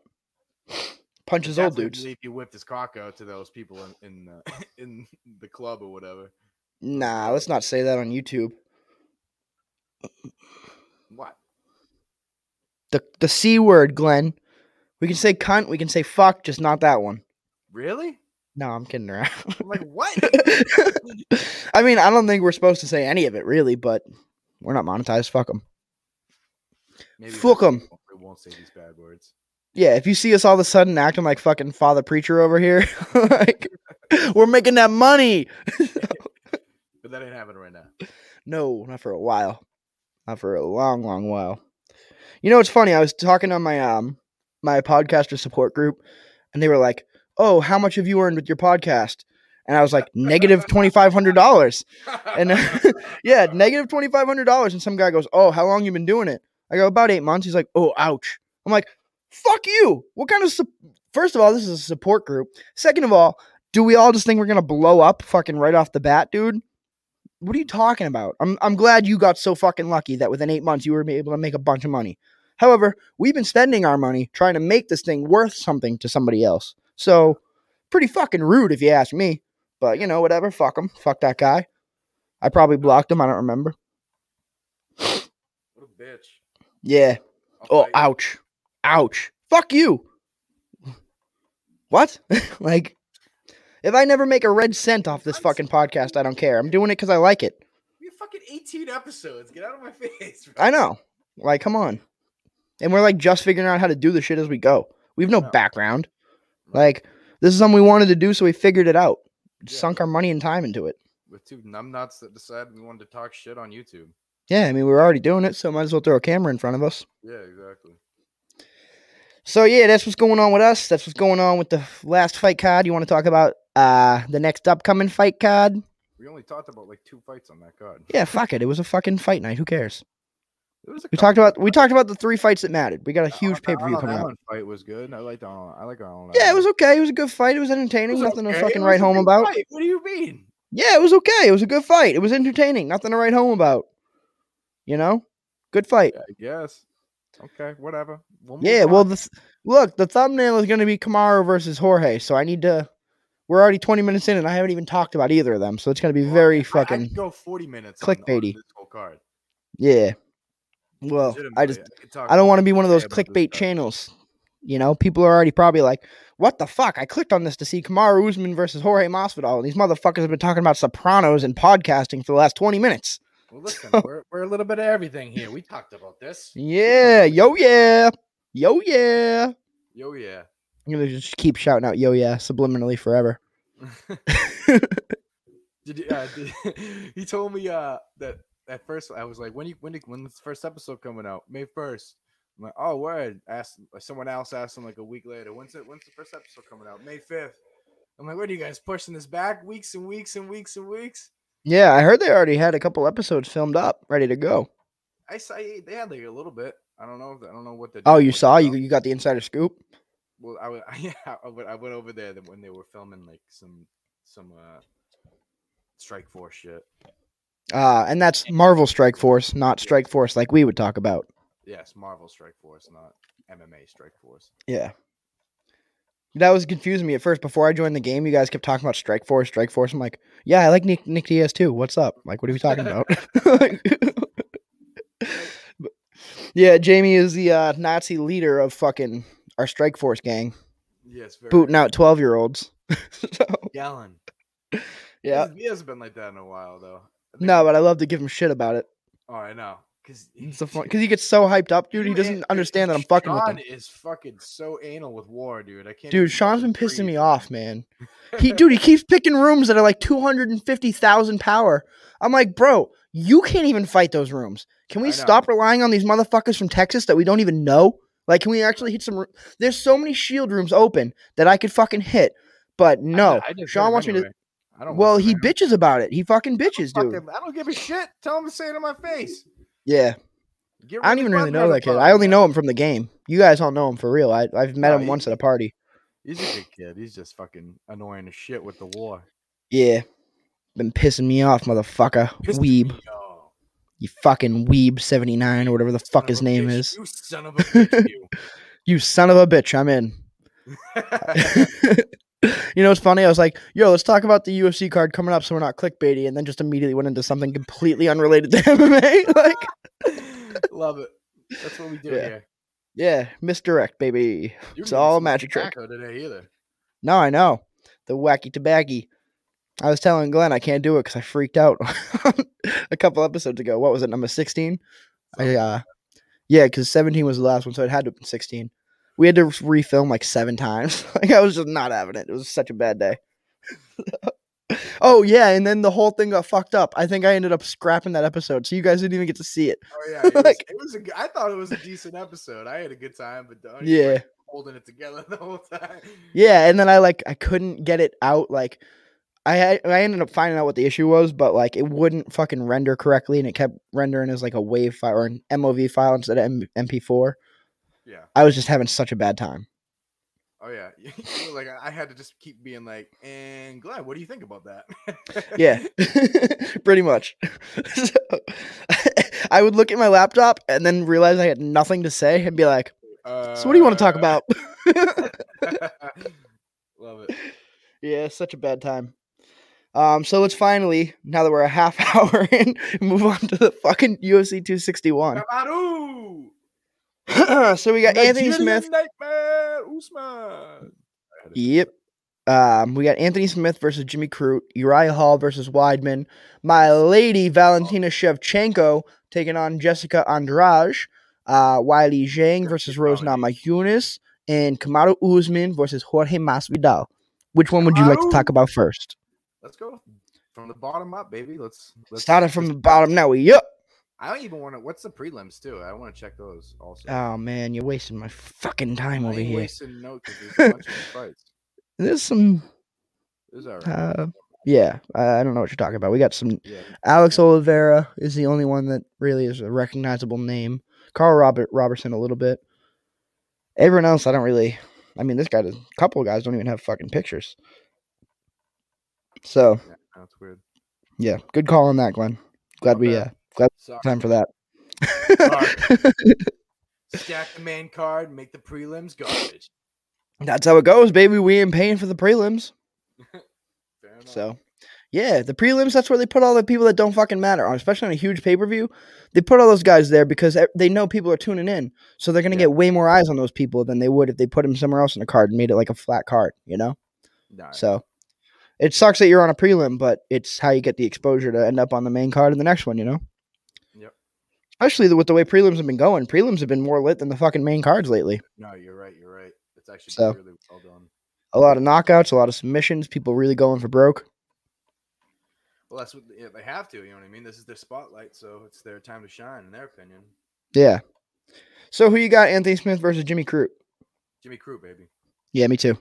[SPEAKER 1] Punches old
[SPEAKER 2] That's what I
[SPEAKER 1] dudes.
[SPEAKER 2] believe he whipped his cock out to those people in in, uh, in the club or whatever.
[SPEAKER 1] Nah, let's not say that on YouTube.
[SPEAKER 2] What?
[SPEAKER 1] The the c word, Glenn. We can say cunt. We can say fuck. Just not that one.
[SPEAKER 2] Really?
[SPEAKER 1] No, I'm kidding around.
[SPEAKER 2] I'm like, what?
[SPEAKER 1] I mean, I don't think we're supposed to say any of it, really, but we're not monetized. Fuck them.
[SPEAKER 2] Maybe
[SPEAKER 1] Fuck
[SPEAKER 2] that's-
[SPEAKER 1] 'em.
[SPEAKER 2] We won't say these bad words.
[SPEAKER 1] Yeah, if you see us all of a sudden acting like fucking father preacher over here, like we're making that money.
[SPEAKER 2] But that ain't happening right now.
[SPEAKER 1] No, not for a while, not for a long, long while. You know, it's funny. I was talking on my um my podcaster support group, and they were like, "Oh, how much have you earned with your podcast?" And I was like, negative twenty five hundred dollars. and uh, yeah, negative twenty five hundred dollars. And some guy goes, "Oh, how long you been doing it?" I go, "About eight months." He's like, "Oh, ouch." I'm like, "Fuck you!" What kind of sup- first of all, this is a support group. Second of all, do we all just think we're gonna blow up fucking right off the bat, dude? What are you talking about? I'm I'm glad you got so fucking lucky that within eight months you were able to make a bunch of money. However, we've been spending our money trying to make this thing worth something to somebody else. So, pretty fucking rude if you ask me. But you know, whatever. Fuck him. Fuck that guy. I probably blocked him. I don't remember.
[SPEAKER 2] what a bitch.
[SPEAKER 1] Yeah.
[SPEAKER 2] I'll
[SPEAKER 1] Oh,
[SPEAKER 2] fight you.
[SPEAKER 1] ouch. Ouch. Fuck you. What? like, If I never make a red cent off this
[SPEAKER 2] I'm
[SPEAKER 1] fucking podcast, I don't care. I'm doing it because I like it.
[SPEAKER 2] We have fucking 18 episodes. Get out of my face. bro.
[SPEAKER 1] I know. Like, come on. And we're like just figuring out how to do the shit as we go. We have no
[SPEAKER 2] Yeah.
[SPEAKER 1] background. Like, this is something we wanted to do, so we figured it out.
[SPEAKER 2] Yeah.
[SPEAKER 1] Sunk our money and time into it.
[SPEAKER 2] With two numbnuts that decided we wanted to talk shit on YouTube.
[SPEAKER 1] Yeah, I mean, we were already doing it, so might as well throw a camera in front of us.
[SPEAKER 2] Yeah, exactly.
[SPEAKER 1] So yeah, that's what's going on with us. That's what's going on with the last fight card. You want to talk about uh the next upcoming fight card?
[SPEAKER 2] We only talked about like two fights on that card.
[SPEAKER 1] Yeah, fuck it. It was a fucking fight night. Who cares?
[SPEAKER 2] It was a
[SPEAKER 1] We
[SPEAKER 2] couple
[SPEAKER 1] talked about we
[SPEAKER 2] fights.
[SPEAKER 1] talked about the three fights that mattered. We got a
[SPEAKER 2] The
[SPEAKER 1] huge
[SPEAKER 2] Arnold-
[SPEAKER 1] pay per view
[SPEAKER 2] Arnold
[SPEAKER 1] coming up.
[SPEAKER 2] Allen Fight was good. I like the Arnold- I like Arnold.
[SPEAKER 1] Yeah, it
[SPEAKER 2] Allen.
[SPEAKER 1] was okay. It was a good fight. It was entertaining.
[SPEAKER 2] was
[SPEAKER 1] Nothing
[SPEAKER 2] okay.
[SPEAKER 1] to
[SPEAKER 2] It
[SPEAKER 1] fucking
[SPEAKER 2] was
[SPEAKER 1] write
[SPEAKER 2] a
[SPEAKER 1] home
[SPEAKER 2] good
[SPEAKER 1] about.
[SPEAKER 2] fight. What do you mean?
[SPEAKER 1] Yeah, it was okay. It was a good fight. It was entertaining. Nothing to write home about. You know, good fight.
[SPEAKER 2] I guess. Okay, whatever. We'll move
[SPEAKER 1] Yeah. Well,
[SPEAKER 2] on.
[SPEAKER 1] the th- look, the thumbnail is going to be Kamara versus Jorge. So I need to. We're already twenty minutes in, and I haven't even talked about either of them. So it's going to be
[SPEAKER 2] Well, I-
[SPEAKER 1] very
[SPEAKER 2] I- I,
[SPEAKER 1] fucking.
[SPEAKER 2] could go forty minutes. on- on
[SPEAKER 1] clickbaity.
[SPEAKER 2] this whole card.
[SPEAKER 1] Yeah. Well, I just
[SPEAKER 2] Legitimately, could talk
[SPEAKER 1] I don't want to be
[SPEAKER 2] all
[SPEAKER 1] one of those
[SPEAKER 2] day about this
[SPEAKER 1] clickbait
[SPEAKER 2] card.
[SPEAKER 1] channels. You know, people are already probably like, "What the fuck? I clicked on this to see Kamaru Usman versus Jorge Masvidal, and these motherfuckers have been talking about Sopranos and podcasting for the last twenty minutes."
[SPEAKER 2] Well, listen, we're, we're a little bit of everything here. We talked about this.
[SPEAKER 1] Yeah, yo, yeah, yo, yeah.
[SPEAKER 2] Yo, Oh, yeah.
[SPEAKER 1] I'm gonna just keep shouting out "yo, yeah" subliminally forever.
[SPEAKER 2] did, you- uh, did- he told me uh, that at first I was like, when you when did, when this first episode coming out? May first. I'm like, oh word. Asked someone else asked him like a week later. When's it? When's the first episode coming out? May fifth. I'm like, what are you guys pushing this back weeks and weeks and weeks and weeks?
[SPEAKER 1] Yeah, I heard they already had a couple episodes filmed up, ready to go.
[SPEAKER 2] I saw they had like a little bit. I don't know. I don't know what they.
[SPEAKER 1] Oh, you saw you you got the insider scoop.
[SPEAKER 2] Well, I went, yeah, I went, I went over there that when they were filming like some some uh Strike Force shit.
[SPEAKER 1] Uh, and that's Marvel Strike Force, not Strike Force like we would talk about.
[SPEAKER 2] Yes, Marvel Strike Force, not MMA Strike Force.
[SPEAKER 1] Yeah. That was confusing me at first. Before I joined the game, you guys kept talking about Strike Force, Strike Force. I'm like, yeah, I like Nick, Nick Diaz too. What's up? Like, what are we talking about? But- yeah, Jamie is the uh, Nazi leader of fucking our Strike Force gang,
[SPEAKER 2] Yes, very
[SPEAKER 1] booting out 12 year olds.
[SPEAKER 2] gallon.
[SPEAKER 1] yeah.
[SPEAKER 2] he hasn't been like that in a while though. I think
[SPEAKER 1] No,
[SPEAKER 2] he-
[SPEAKER 1] but I love to give him shit about it.
[SPEAKER 2] oh, I know because
[SPEAKER 1] It's so fun because he gets so hyped up, dude. He doesn't understand that I'm fucking with him.
[SPEAKER 2] Sean is fucking so anal with war, dude. I can't. even
[SPEAKER 1] Dude, Sean's been
[SPEAKER 2] fucking
[SPEAKER 1] pissing
[SPEAKER 2] breathe,
[SPEAKER 1] me
[SPEAKER 2] man.
[SPEAKER 1] off, man. He, dude, he keeps picking rooms that are like 250,000 power. I'm like, bro, you can't even fight those rooms. Can
[SPEAKER 2] I
[SPEAKER 1] we
[SPEAKER 2] know.
[SPEAKER 1] stop relying on these motherfuckers from Texas that we don't even know? Like, can we actually hit some? roo- There's so many shield rooms open that I could fucking hit, but
[SPEAKER 2] I-
[SPEAKER 1] no.
[SPEAKER 2] I just hit
[SPEAKER 1] Sean
[SPEAKER 2] him
[SPEAKER 1] wants me
[SPEAKER 2] anyway. I
[SPEAKER 1] to.
[SPEAKER 2] don't.
[SPEAKER 1] Well, he
[SPEAKER 2] listen, I don't
[SPEAKER 1] bitches about it. He fucking bitches, dude.
[SPEAKER 2] fucking- I don't give a shit. Tell him to say it in my face.
[SPEAKER 1] Yeah,
[SPEAKER 2] Get
[SPEAKER 1] I don't
[SPEAKER 2] rid of
[SPEAKER 1] even really
[SPEAKER 2] Bud
[SPEAKER 1] know
[SPEAKER 2] Light
[SPEAKER 1] that kid.
[SPEAKER 2] Bob,
[SPEAKER 1] I only
[SPEAKER 2] man.
[SPEAKER 1] know him from the game. You guys all know him for real. I, I've met
[SPEAKER 2] No,
[SPEAKER 1] him
[SPEAKER 2] he-
[SPEAKER 1] once at a party.
[SPEAKER 2] He's a good kid. He's just fucking annoying as shit with the war.
[SPEAKER 1] Yeah, been pissing me off, motherfucker.
[SPEAKER 2] Pissed
[SPEAKER 1] Weeb.
[SPEAKER 2] me off.
[SPEAKER 1] You fucking weeb seventy nine or whatever the
[SPEAKER 2] Son
[SPEAKER 1] fuck
[SPEAKER 2] of
[SPEAKER 1] his
[SPEAKER 2] a
[SPEAKER 1] name
[SPEAKER 2] bitch.
[SPEAKER 1] is.
[SPEAKER 2] You son of a bitch, you.
[SPEAKER 1] You son of a bitch, I'm in. you know what's funny? I was like, yo, let's talk about the UFC card coming up so we're not clickbaity, and then just immediately went into something completely unrelated to MMA. like
[SPEAKER 2] Love it. That's what we do
[SPEAKER 1] Yeah.
[SPEAKER 2] here.
[SPEAKER 1] Yeah, misdirect, baby.
[SPEAKER 2] You didn't
[SPEAKER 1] It's
[SPEAKER 2] even
[SPEAKER 1] all a
[SPEAKER 2] smoke
[SPEAKER 1] magic trick.
[SPEAKER 2] tobacco today either.
[SPEAKER 1] No, I know. The wacky tobacco. I was telling Glenn I can't do it because I freaked out a couple episodes ago. What was it, number 16? I, uh, yeah, because 17 was the last one, so it had to have been 16. We had to refilm like seven times. like I was just not having it. It was such a bad day. oh yeah, and then the whole thing got fucked up. I think I ended up scrapping that episode, so you guys didn't even get to see it.
[SPEAKER 2] Oh yeah, it was,
[SPEAKER 1] Like-
[SPEAKER 2] it was a, g- I thought it was a decent episode. I had a good time, but the audience
[SPEAKER 1] Yeah,
[SPEAKER 2] holding it together the whole time.
[SPEAKER 1] yeah, and then I like I couldn't get it out. Like I had, I ended up finding out what the issue was, but like it wouldn't fucking render correctly, and it kept rendering as like a wave file or an MOV file instead of M- MP4.
[SPEAKER 2] Yeah.
[SPEAKER 1] I was just having such a bad time.
[SPEAKER 2] Oh yeah. You were like I I had to just keep being like, and Glenn, what do you think about that?
[SPEAKER 1] Yeah, pretty much. So, I would look at my laptop and then realize I had nothing to say and be like,
[SPEAKER 2] Uh,
[SPEAKER 1] "So what do you want to talk about?"
[SPEAKER 2] Love it.
[SPEAKER 1] yeah, such a bad time. Um, so let's finally, now that we're a half hour in, move on to the fucking UFC 261.
[SPEAKER 2] Kamaru!
[SPEAKER 1] so we got Anthony
[SPEAKER 2] Nigerian
[SPEAKER 1] Smith.
[SPEAKER 2] Nightmare Usman. I had a-
[SPEAKER 1] Yep. Um, we got Anthony Smith versus Jimmy Crute, Uriah Hall versus Weidman, my lady Valentina Shevchenko taking on Jessica Andrade, uh, Wiley Zhang versus Rose
[SPEAKER 2] Valentina.
[SPEAKER 1] Namajunas, and Kamaru Usman versus Jorge Masvidal. Which one would you like to
[SPEAKER 2] Kamaru?
[SPEAKER 1] talk about first?
[SPEAKER 2] Let's go from the bottom up, baby. Let's let's
[SPEAKER 1] Started from the bottom. Now we up.
[SPEAKER 2] I don't even want to. What's the prelims too? I want to check those also.
[SPEAKER 1] Oh man, you're wasting my fucking time
[SPEAKER 2] I
[SPEAKER 1] over
[SPEAKER 2] ain't
[SPEAKER 1] here.
[SPEAKER 2] wasting no 'cause there's a bunch of fights.
[SPEAKER 1] There's some.
[SPEAKER 2] Those are
[SPEAKER 1] Uh, yeah, I I don't know what you're talking about. We got some
[SPEAKER 2] yeah.
[SPEAKER 1] Alex
[SPEAKER 2] Yeah.
[SPEAKER 1] Oliveira is the only one that really is a recognizable name. Carl Robert Robertson a little bit. Everyone else, I don't really. I mean, this guy, does, a couple of guys don't even have fucking pictures. So
[SPEAKER 2] yeah, that's weird.
[SPEAKER 1] yeah, good call on that, Glenn. Glad we
[SPEAKER 2] Okay.
[SPEAKER 1] uh glad
[SPEAKER 2] Sorry.
[SPEAKER 1] we had time for that.
[SPEAKER 2] Stack the main card, make the prelims garbage.
[SPEAKER 1] That's how it goes, baby. We ain't paying for the prelims.
[SPEAKER 2] Fair enough.
[SPEAKER 1] So, yeah, the prelims, that's where they put all the people that don't fucking matter on, especially on a huge pay per view. They put all those guys there because e- they know people are tuning in. So they're going to
[SPEAKER 2] Yeah.
[SPEAKER 1] get way more eyes on those people than they would if they put them somewhere else in the card and made it like a flat card, you know?
[SPEAKER 2] Nah,
[SPEAKER 1] So it sucks that you're on a prelim, but it's how you get the exposure to end up on the main card in the next one, you know?
[SPEAKER 2] Yep.
[SPEAKER 1] Especially the, with the way prelims have been going. Prelims have been more lit than the fucking main cards lately.
[SPEAKER 2] no, you're right. You're right. It's actually
[SPEAKER 1] So-
[SPEAKER 2] really well done.
[SPEAKER 1] A lot of knockouts, a lot of submissions, people really going for broke.
[SPEAKER 2] Well, that's what yeah, they have to. You know what I mean? This is their spotlight, so it's their time to shine, in their opinion.
[SPEAKER 1] Yeah. So who you got, Anthony Smith versus Jimmy Crute?
[SPEAKER 2] Jimmy Crew, baby.
[SPEAKER 1] Yeah, me too.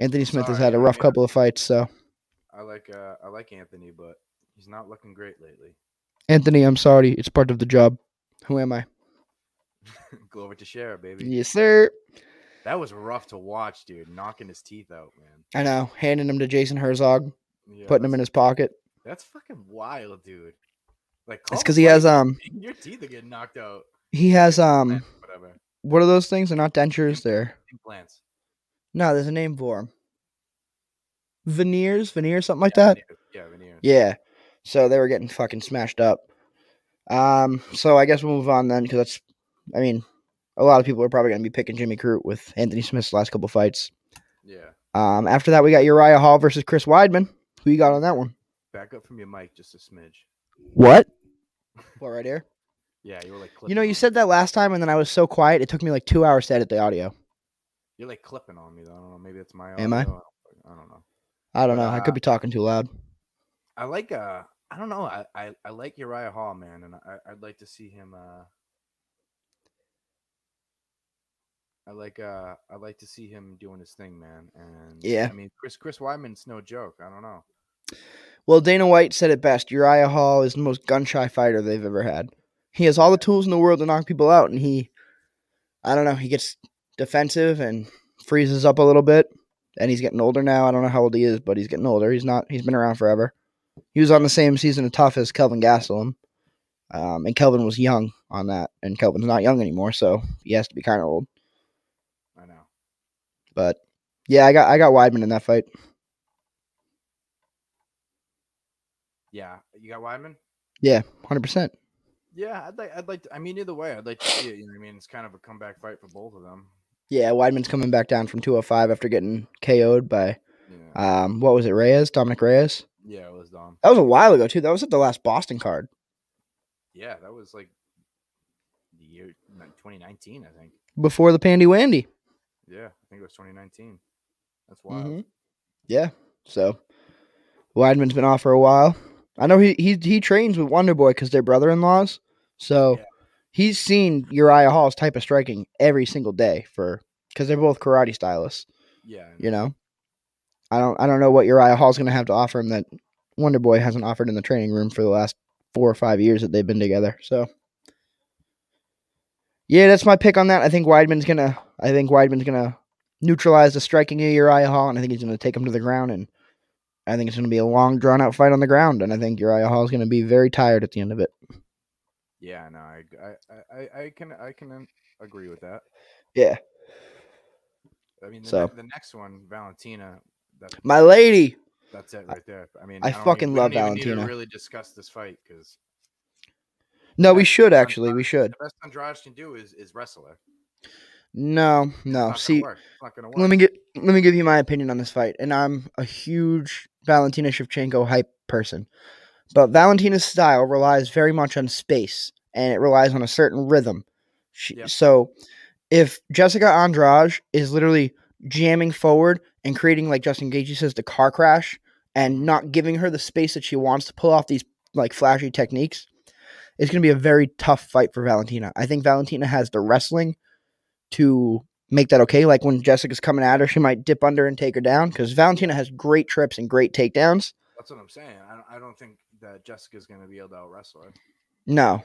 [SPEAKER 1] Anthony Smith has
[SPEAKER 2] Sorry,
[SPEAKER 1] had a
[SPEAKER 2] I
[SPEAKER 1] rough
[SPEAKER 2] mean-
[SPEAKER 1] couple of fights, so
[SPEAKER 2] I like uh, I like Anthony, but he's not looking great lately.
[SPEAKER 1] Anthony, I'm sorry, it's part of the job. Who am I?
[SPEAKER 2] Glover Teixeira, baby.
[SPEAKER 1] Yes, sir.
[SPEAKER 2] That was rough to watch, dude. Knocking his teeth out, man.
[SPEAKER 1] I know. Handing him to Jason Herzog,
[SPEAKER 2] Yeah,
[SPEAKER 1] putting him in
[SPEAKER 2] that's-
[SPEAKER 1] his pocket.
[SPEAKER 2] That's fucking wild, dude. Like
[SPEAKER 1] It's
[SPEAKER 2] call
[SPEAKER 1] because
[SPEAKER 2] the
[SPEAKER 1] he has
[SPEAKER 2] fight.
[SPEAKER 1] um
[SPEAKER 2] your teeth are getting knocked out.
[SPEAKER 1] he has um
[SPEAKER 2] Whatever.
[SPEAKER 1] what are those things? They're not dentures. They're
[SPEAKER 2] Implants.
[SPEAKER 1] no, there's a name for them. Veneers, veneers, something like that.
[SPEAKER 2] veneer- Yeah, veneers.
[SPEAKER 1] Yeah. So they were getting fucking smashed up. Um. So I guess we'll move on then, because that's, I mean, a lot of people are probably gonna be picking Jimmy Crute with Anthony Smith's last couple fights.
[SPEAKER 2] Yeah.
[SPEAKER 1] Um, after that, we got Uriah Hall versus Chris Weidman. Who you got on that one?
[SPEAKER 2] Back up from your mic just a smidge.
[SPEAKER 1] What? What right here?
[SPEAKER 2] Yeah, you were like clipping
[SPEAKER 1] You know,
[SPEAKER 2] on
[SPEAKER 1] you
[SPEAKER 2] me.
[SPEAKER 1] said that last time, and then I was so quiet. It took me like two hours to edit the audio.
[SPEAKER 2] you're like clipping on me though. I don't know. Maybe it's my
[SPEAKER 1] Am I?
[SPEAKER 2] audio. I don't know.
[SPEAKER 1] I don't know. I
[SPEAKER 2] Uh,
[SPEAKER 1] could be talking too loud.
[SPEAKER 2] I like uh I don't know. I I, I like Uriah Hall, man, and I I'd like to see him uh I like uh I like to see him doing his thing, man. And
[SPEAKER 1] Yeah.
[SPEAKER 2] I mean Chris Chris Wyman's no joke. I don't know.
[SPEAKER 1] Well, Dana White said it best. Uriah Hall is the most gun shy fighter they've ever had. He has all the tools in the world to knock people out, and he, I don't know, he gets defensive and freezes up a little bit. And he's getting older now. I don't know how old he is, but he's getting older. He's not. He's been around forever. He was on the same season of tough as Kelvin Gastelum, um, and Kelvin was young on that, and Kelvin's not young anymore, so he has to be kind of old.
[SPEAKER 2] I know.
[SPEAKER 1] But yeah, I got I got Weidman in that fight.
[SPEAKER 2] Yeah. You got Wyman?
[SPEAKER 1] Yeah, hundred percent.
[SPEAKER 2] Yeah, I'd like I'd like to, I mean either way, I'd like to see it. You know what I mean? It's kind of a comeback fight for both of them.
[SPEAKER 1] Yeah, Weidman's coming back down from 205 after getting KO'd by
[SPEAKER 2] Yeah.
[SPEAKER 1] um, what was it, Reyes, Dominic Reyes?
[SPEAKER 2] yeah, it was um, Dom.
[SPEAKER 1] That was a while ago too. That was at the last Boston card.
[SPEAKER 2] Yeah, that was like the year like, 2019, I think.
[SPEAKER 1] Before the Pandy Wandy.
[SPEAKER 2] Yeah, I think it was 2019. That's wild.
[SPEAKER 1] Mhm. Yeah. So Weidman's been off for a while. I know he he he trains with Wonder Boy because they're brother in laws. So
[SPEAKER 2] Yeah.
[SPEAKER 1] he's seen Uriah Hall's type of striking every single day for because they're both karate stylists.
[SPEAKER 2] Yeah, I know.
[SPEAKER 1] You know, I don't I don't know what Uriah Hall's going to have to offer him that Wonder Boy hasn't offered in the training room for the last four or five years that they've been together. So yeah, that's my pick on that. I think Weidman's gonna I think Weidman's gonna neutralize the striking of Uriah Hall, and I think he's gonna take him to the ground and. I think it's going to be a long, drawn out fight on the ground, and I think Uriah Hall is going to be very tired at the end of it.
[SPEAKER 2] yeah, no, I, I, I- I, I can, I can um, agree with that.
[SPEAKER 1] Yeah.
[SPEAKER 2] I mean, the,
[SPEAKER 1] So-
[SPEAKER 2] ne- the next one, Valentina, that,
[SPEAKER 1] My lady,
[SPEAKER 2] that's it right there. I mean,
[SPEAKER 1] I
[SPEAKER 2] don't e,
[SPEAKER 1] fucking
[SPEAKER 2] we
[SPEAKER 1] love
[SPEAKER 2] don't even need to
[SPEAKER 1] Valentina.
[SPEAKER 2] really discuss this fight because
[SPEAKER 1] No,
[SPEAKER 2] Yeah,
[SPEAKER 1] we should
[SPEAKER 2] I'm
[SPEAKER 1] actually. We should.
[SPEAKER 2] the best Andrade can do is is wrestler.
[SPEAKER 1] No, no.
[SPEAKER 2] not gonna
[SPEAKER 1] See,
[SPEAKER 2] work. It's not gonna work.
[SPEAKER 1] let me get let me give you my opinion on this fight, and I'm a huge Valentina Shevchenko hype person, but Valentina's style relies very much on space, and it relies on a certain rhythm. She,
[SPEAKER 2] Yep.
[SPEAKER 1] So, if Jessica Andrade is literally jamming forward and creating, like Justin Gaethje says, the car crash, and not giving her the space that she wants to pull off these like flashy techniques, it's going to be a very tough fight for Valentina. I think Valentina has the wrestling to make that okay. Like when Jessica's coming at her, she might dip under and take her down because Valentina has great trips and great takedowns.
[SPEAKER 2] That's what I'm saying. I don't, I don't think that Jessica's gonna be able to out wrestle her.
[SPEAKER 1] No,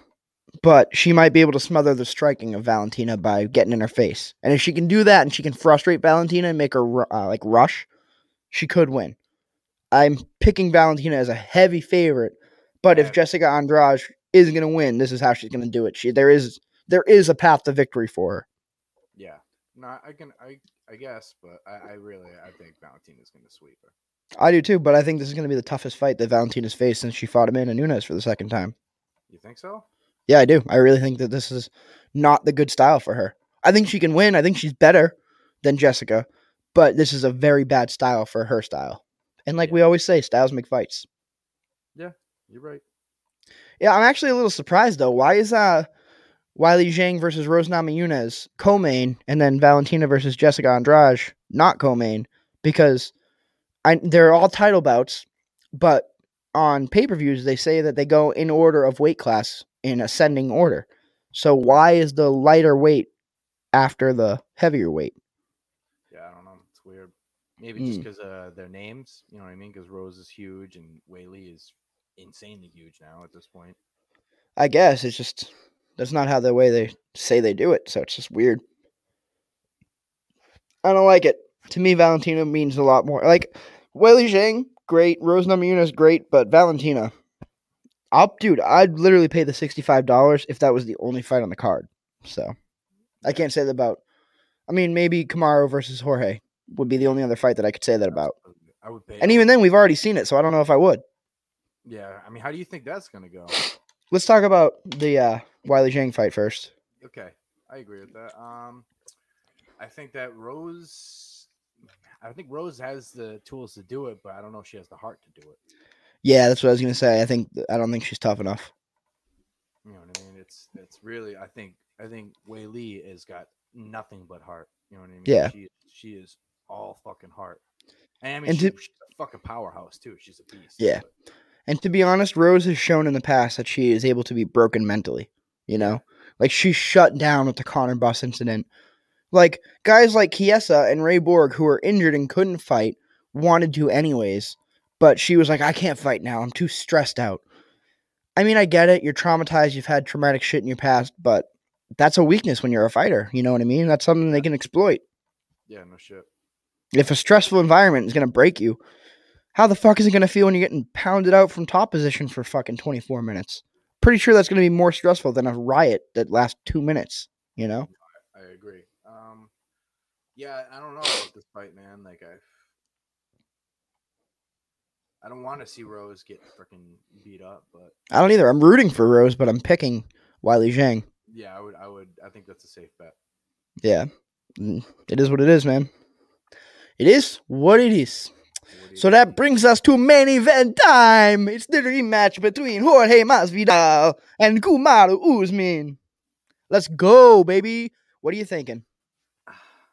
[SPEAKER 1] but she might be able to smother the striking of Valentina by getting in her face. And if she can do that and she can frustrate Valentina and make her ru- uh, like rush, she could win. I'm picking Valentina as a heavy favorite, but if
[SPEAKER 2] Yeah.
[SPEAKER 1] Jessica Andrade is going to win, this is how she's going to do it. She there is there is a path to victory for her.
[SPEAKER 2] Yeah. No, I- I can. I I guess, but I, I really I think Valentina's gonna sweep her.
[SPEAKER 1] I do too, but I think this is going to be the toughest fight that Valentina's faced since she fought Amanda Nunes for the second time.
[SPEAKER 2] You think so?
[SPEAKER 1] Yeah, I do. I really think that this is not the good style for her. I think she can win. I think she's better than Jessica, but this is a very bad style for her style. And like
[SPEAKER 2] Yeah.
[SPEAKER 1] we always say, styles make fights.
[SPEAKER 2] You're right.
[SPEAKER 1] Yeah, I'm actually a little surprised though. Why is uh Wiley Zhang versus Rose Namajunas co-main, and then Valentina versus Jessica Andrade not co-main? Because I they're all title bouts, but on pay-per-views they say that they go in order of weight class in ascending order. So why is the lighter weight after the heavier weight?
[SPEAKER 2] Yeah, I don't know. It's weird. Maybe just
[SPEAKER 1] Mm.
[SPEAKER 2] because uh, their names, you know what I mean? Because Rose is huge and Whaley is insanely huge now at this point.
[SPEAKER 1] I guess it's just that's not how the way they say they do it. So it's just weird. I don't like it. To me, Valentina means a lot more. Like Weili Zhang, great. Rose Namajunas, great. But Valentina, I'll dude, I'd literally pay the sixty-five dollars if that was the only fight on the card. So I can't say that about. I mean, maybe Camaro versus Jorge would be the only other fight that I could say that about.
[SPEAKER 2] Absolutely. I would pay.
[SPEAKER 1] And even then, we've already seen it, so I don't know if I would.
[SPEAKER 2] Yeah, I mean, how do you think that's gonna go?
[SPEAKER 1] Let's talk about the uh, Wiley Zhang fight first.
[SPEAKER 2] Okay, I agree with that. Um, I think that Rose, I think Rose has the tools to do it, but I don't know if she has the heart to do it.
[SPEAKER 1] Yeah, that's what I was gonna say. I think I don't think she's tough enough.
[SPEAKER 2] You know what I mean? It's it's really I think I think Wei Lee has got nothing but heart. You know what I mean?
[SPEAKER 1] Yeah.
[SPEAKER 2] She she is all fucking heart. And I mean
[SPEAKER 1] And
[SPEAKER 2] she-
[SPEAKER 1] to-
[SPEAKER 2] she's a fucking powerhouse too. She's a beast.
[SPEAKER 1] Yeah.
[SPEAKER 2] but-
[SPEAKER 1] And to be honest, Rose has shown in the past that she is able to be broken mentally. You know, like she's shut down with the Connor Bus incident. Like guys like Kiesa and Ray Borg, who were injured and couldn't fight, wanted to anyways, but she was like, "I can't fight now. I'm too stressed out." I mean, I get it. You're traumatized. You've had traumatic shit in your past, but that's a weakness when you're a fighter. You know what I mean? That's something they can exploit.
[SPEAKER 2] Yeah, no shit.
[SPEAKER 1] if a stressful environment is going to break you, how the fuck is it going to feel when you're getting pounded out from top position for fucking 24 minutes? Pretty sure that's going to be more stressful than a riot that lasts two minutes, you know?
[SPEAKER 2] I agree. Um yeah, I don't know about this fight, man. Like I I don't want to see Rose get freaking beat up, but
[SPEAKER 1] I don't either. I'm rooting for Rose, but I'm picking Wiley Zhang.
[SPEAKER 2] yeah, I would I would I think that's a safe bet.
[SPEAKER 1] Yeah. Mm, It is what it is, man. It is what it is.
[SPEAKER 2] What do you
[SPEAKER 1] So
[SPEAKER 2] think?
[SPEAKER 1] that brings us to main event time. It's the rematch between Jorge Masvidal and Kumaru Usman. Let's go, baby. What are you thinking?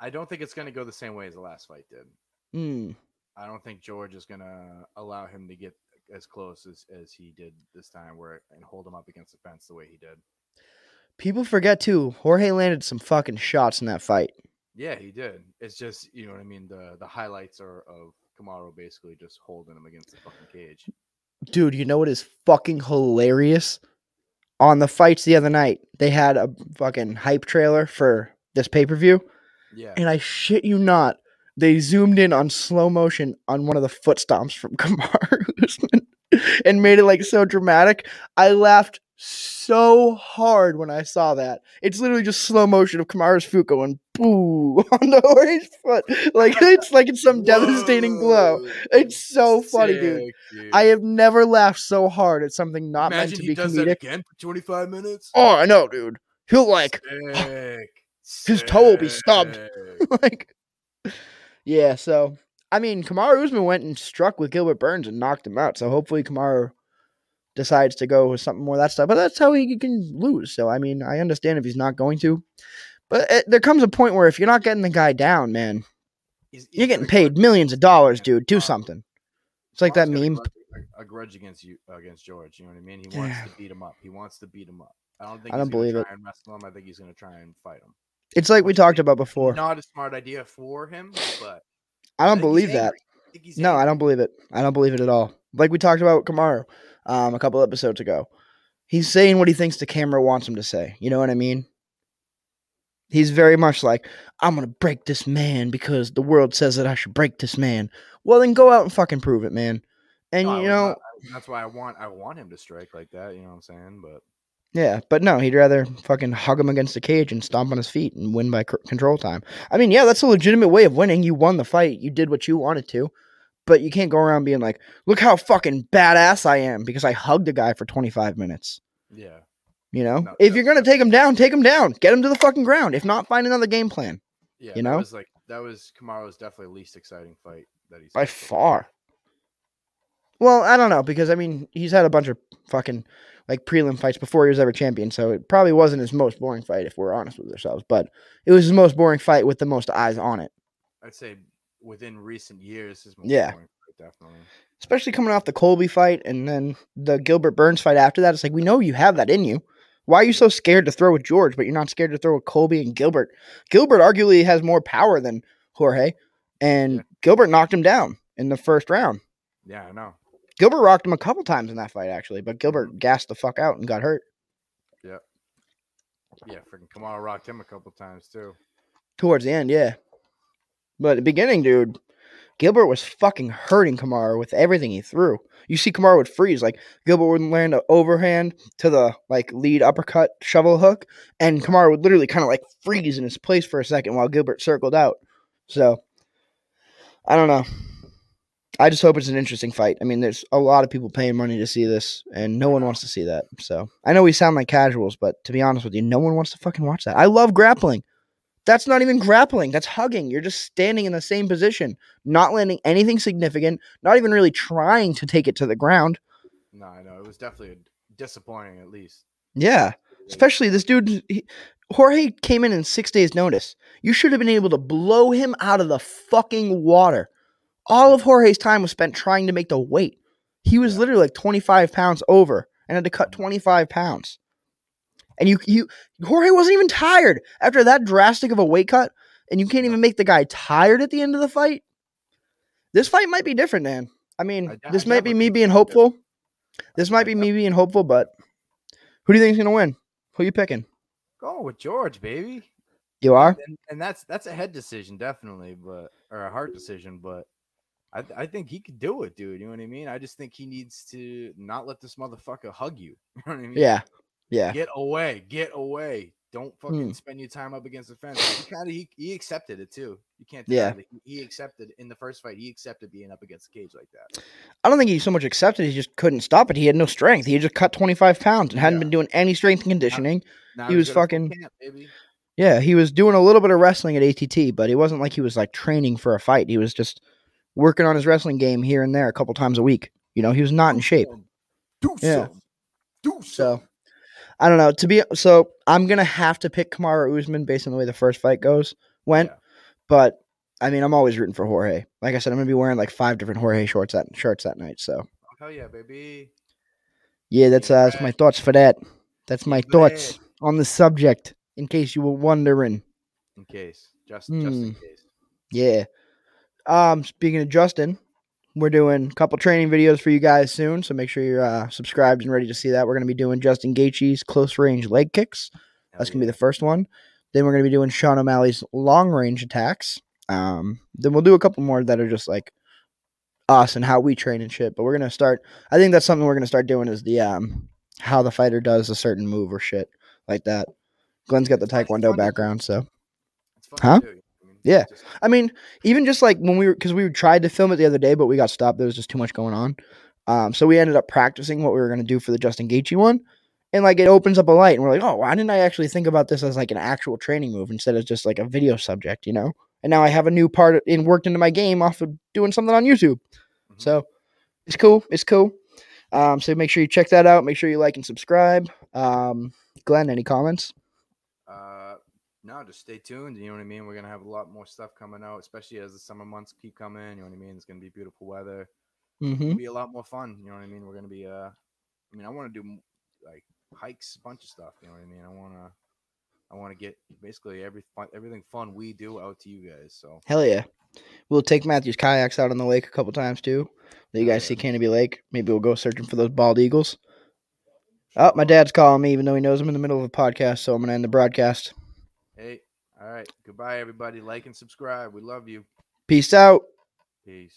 [SPEAKER 2] I don't think it's going to go the same way as the last fight did.
[SPEAKER 1] Hmm.
[SPEAKER 2] I don't think George is gonna allow him to get as close as, as he did this time, where and hold him up against the fence the way he did.
[SPEAKER 1] People forget too. Jorge landed some fucking shots in that fight.
[SPEAKER 2] Yeah, he did. It's just you know what I mean. The the highlights are of Camaro basically just holding him against the fucking cage.
[SPEAKER 1] Dude, you know what is fucking hilarious? On the fights the other night, they had a fucking hype trailer for this pay per view.
[SPEAKER 2] Yeah,
[SPEAKER 1] And I shit you not, they zoomed in on slow motion on one of the foot stomps from Kamaru Usman and made it like so dramatic. I laughed so hard when I saw that. It's literally just slow motion of Kamaru's foot going boo on the orange foot. Like it's like it's some devastating blow.
[SPEAKER 2] Whoa,
[SPEAKER 1] It's so funny, dude.
[SPEAKER 2] sick, dude.
[SPEAKER 1] I have never laughed so hard at something not
[SPEAKER 2] imagine
[SPEAKER 1] meant to
[SPEAKER 2] he
[SPEAKER 1] be
[SPEAKER 2] does
[SPEAKER 1] comedic.
[SPEAKER 2] that again for twenty five minutes.
[SPEAKER 1] Oh, I know, dude. He'll like
[SPEAKER 2] Sick.
[SPEAKER 1] His toe will be stubbed.
[SPEAKER 2] Sick.
[SPEAKER 1] like, yeah. So I mean, Kamara Usman went and struck with Gilbert Burns and knocked him out. So hopefully Kamara decides to go with something more of that stuff. But that's how he can lose. So I mean, I understand if he's not going to, but it, there comes a point where if you're not getting the guy down, man,
[SPEAKER 2] He's- he's
[SPEAKER 1] you're getting
[SPEAKER 2] gonna
[SPEAKER 1] paid
[SPEAKER 2] grudge-
[SPEAKER 1] millions of dollars,
[SPEAKER 2] Yeah,
[SPEAKER 1] dude. Do
[SPEAKER 2] Kamara's-
[SPEAKER 1] something. It's like that
[SPEAKER 2] Kamara's got a
[SPEAKER 1] meme.
[SPEAKER 2] grudge- A, a grudge against you, against George. You know what I mean? He wants to beat him up. He wants to beat him up. I don't think
[SPEAKER 1] I
[SPEAKER 2] he's
[SPEAKER 1] don't
[SPEAKER 2] gonna
[SPEAKER 1] believe it.
[SPEAKER 2] try And wrestle him. I think he's going to try and fight him.
[SPEAKER 1] It's like we
[SPEAKER 2] Which
[SPEAKER 1] talked
[SPEAKER 2] they-
[SPEAKER 1] about before.
[SPEAKER 2] Not a smart idea for him, but
[SPEAKER 1] I
[SPEAKER 2] I
[SPEAKER 1] don't
[SPEAKER 2] think he's
[SPEAKER 1] believe that.
[SPEAKER 2] angry. I think he's
[SPEAKER 1] No, I
[SPEAKER 2] angry.
[SPEAKER 1] don't believe it. I don't believe it at all. Like we talked about Kamara um, a couple episodes ago. He's saying what he thinks the camera wants him to say. You know what I mean? He's very much like, I'm going to break this man because the world says that I should break this man. Well, then go out and fucking prove it, man. And,
[SPEAKER 2] No, I
[SPEAKER 1] you
[SPEAKER 2] would
[SPEAKER 1] know,
[SPEAKER 2] not- I- that's why I want I want him to strike like that. You know what I'm saying? But
[SPEAKER 1] yeah, but no, he'd rather fucking hug him against the cage and stomp on his feet and win by c- control time. I mean, yeah, that's a legitimate way of winning. You won the fight, you did what you wanted to, but you can't go around being like, look how fucking badass I am because I hugged a guy for 25 minutes.
[SPEAKER 2] yeah,
[SPEAKER 1] You know,
[SPEAKER 2] No,
[SPEAKER 1] if
[SPEAKER 2] that-
[SPEAKER 1] you're gonna take him down, take him down, get him to the fucking ground. If not, find another game plan
[SPEAKER 2] yeah,
[SPEAKER 1] You
[SPEAKER 2] that
[SPEAKER 1] know?
[SPEAKER 2] was like that was Kamaro's definitely least exciting fight that he's
[SPEAKER 1] by
[SPEAKER 2] had so
[SPEAKER 1] far. Well, I don't know because I mean he's had a bunch of fucking like prelim fights before he was ever champion, so it probably wasn't his most boring fight if we're honest with ourselves. But it was his most boring fight with the most eyes on it,
[SPEAKER 2] I'd say within recent years is
[SPEAKER 1] Yeah.
[SPEAKER 2] definitely.
[SPEAKER 1] especially coming off the Colby fight and then the Gilbert Burns fight after that. It's like we know you have that in you. Why are you so scared to throw with George, but you're not scared to throw with Colby and Gilbert? Gilbert arguably has more power than Jorge, and
[SPEAKER 2] Yeah.
[SPEAKER 1] Gilbert knocked him down in the first round.
[SPEAKER 2] Yeah, I know.
[SPEAKER 1] Gilbert rocked him a couple times in that fight, actually, but Gilbert gassed the fuck out and got hurt.
[SPEAKER 2] Yeah, freaking Kamaro rocked him a couple times too.
[SPEAKER 1] Towards the end, yeah. But at the beginning, dude, Gilbert was fucking hurting Kamara with everything he threw. You see Kamara would freeze. Like Gilbert would land an overhand to the like lead uppercut shovel hook, and Kamara would literally kind of like freeze in his place for a second while Gilbert circled out. So I don't know. I just hope it's an interesting fight. I mean, there's a lot of people paying money to see this, and no one wants to see that. So I know we sound like casuals, but to be honest with you, no one wants to fucking watch that. I love grappling. That's not even grappling. That's hugging. You're just standing in the same position, not landing anything significant, not even really trying to take it to the ground.
[SPEAKER 2] No, I know it was definitely disappointing at least.
[SPEAKER 1] Yeah. Especially this dude. He, Jorge came in in six days' notice. You should have been able to blow him out of the fucking water. All of Jorge's time was spent trying to make the weight. He was
[SPEAKER 2] Yeah.
[SPEAKER 1] literally like 25 pounds over and had to cut 25 pounds. And you, you, Jorge wasn't even tired after that drastic of a weight cut, and you can't even make the guy tired at the end of the fight. This fight might be different, man. I mean,
[SPEAKER 2] I- I
[SPEAKER 1] this might be
[SPEAKER 2] definitely
[SPEAKER 1] me
[SPEAKER 2] think
[SPEAKER 1] being
[SPEAKER 2] it's different.
[SPEAKER 1] hopeful. This
[SPEAKER 2] I
[SPEAKER 1] might be me being hopeful, but who do you think is gonna win? Who you picking?
[SPEAKER 2] Go with George, baby.
[SPEAKER 1] You are?
[SPEAKER 2] and, and that's that's a head decision definitely but or a heart decision but I, th- I think he could do it dude you know what i mean i just think he needs to not let this motherfucker hug you you know what i mean
[SPEAKER 1] Yeah. Yeah.
[SPEAKER 2] get away get away don't fucking
[SPEAKER 1] Hmm.
[SPEAKER 2] spend your time up against the fence he kind of he, he accepted it too you can't deny
[SPEAKER 1] Yeah.
[SPEAKER 2] that he- he accepted in the first fight he accepted being up against the cage like that
[SPEAKER 1] I don't think he so much accepted he just couldn't stop it. He had no strength. He had just cut twenty five pounds and hadn't
[SPEAKER 2] Yeah.
[SPEAKER 1] been doing any strength and conditioning.
[SPEAKER 2] now
[SPEAKER 1] He
[SPEAKER 2] he's
[SPEAKER 1] was
[SPEAKER 2] got a full
[SPEAKER 1] fucking-
[SPEAKER 2] camp, baby.
[SPEAKER 1] Yeah, he was doing a little bit of wrestling at ATT, but it wasn't like he was like training for a fight. He was just working on his wrestling game here and there a couple times a week. You know, he was not in
[SPEAKER 2] Do
[SPEAKER 1] shape.
[SPEAKER 2] something. do
[SPEAKER 1] Yeah.
[SPEAKER 2] something. do
[SPEAKER 1] So
[SPEAKER 2] something.
[SPEAKER 1] I don't know. To be so, I'm gonna have to pick Kamara Usman based on the way the first fight goes went.
[SPEAKER 2] Yeah.
[SPEAKER 1] But I mean, I'm always rooting for Jorge. Like I said, I'm gonna be wearing like five different Jorge shorts that shirts that night. So
[SPEAKER 2] Oh, hell yeah baby
[SPEAKER 1] yeah, that's uh, that's my
[SPEAKER 2] Alright.
[SPEAKER 1] thoughts for that. That's my
[SPEAKER 2] Alright.
[SPEAKER 1] thoughts on the subject. In case you were wondering,
[SPEAKER 2] in case just just
[SPEAKER 1] Hmm.
[SPEAKER 2] in case
[SPEAKER 1] yeah. Um, speaking of Justin, we're doing a couple training videos for you guys soon, so make sure you're uh, subscribed and ready to see that. We're gonna be doing Justin Gaethje's close range leg kicks. That's
[SPEAKER 2] Hell
[SPEAKER 1] gonna
[SPEAKER 2] yeah.
[SPEAKER 1] be the first one. Then we're gonna be doing Sean O'Malley's long range attacks. Um, then we'll do a couple more that are just like us and how we train and shit. But we're gonna start. I think that's something we're gonna start doing is the um how the fighter does a certain move or shit like that. Glenn's got the
[SPEAKER 2] That's fun to
[SPEAKER 1] taekwondo
[SPEAKER 2] do.
[SPEAKER 1] background, so
[SPEAKER 2] It's fun
[SPEAKER 1] Huh?
[SPEAKER 2] to do. I mean,
[SPEAKER 1] Yeah.
[SPEAKER 2] just-
[SPEAKER 1] I mean, even just like when we were, because we tried to film it the other day, but we got stopped. There was just too much going on. Um, so we ended up practicing what we were going to do for the Justin Gaethje one, and like it opens up a light, and we're like, oh, why didn't I actually think about this as like an actual training move instead of just like a video subject, you know? And now I have a new part in worked into my game off of doing something on YouTube.
[SPEAKER 2] Mhm.
[SPEAKER 1] So it's cool. It's cool. Um, so make sure you check that out. Make sure you like and subscribe. Um, Glenn, any comments?
[SPEAKER 2] uh no just stay tuned you know what i mean we're gonna have a lot more stuff coming out especially as the summer months keep coming you know what i mean it's gonna be beautiful weather
[SPEAKER 1] Mm-hmm.
[SPEAKER 2] it'll be a lot more fun you know what i mean we're gonna be uh i mean i want to do m- like hikes a bunch of stuff you know what i mean i want to i want to get basically every fun, everything fun we do out to you guys so
[SPEAKER 1] Hell yeah. We'll take Matthew's kayaks out on the lake a couple times too. That you
[SPEAKER 2] Hell
[SPEAKER 1] guys
[SPEAKER 2] yeah.
[SPEAKER 1] see Canopy Lake. Maybe we'll go searching for those bald eagles. Oh, my dad's calling me, even though he knows I'm in the middle of a podcast, so I'm gonna end the broadcast.
[SPEAKER 2] hey all right goodbye everybody like and subscribe we love you
[SPEAKER 1] Peace out.
[SPEAKER 2] peace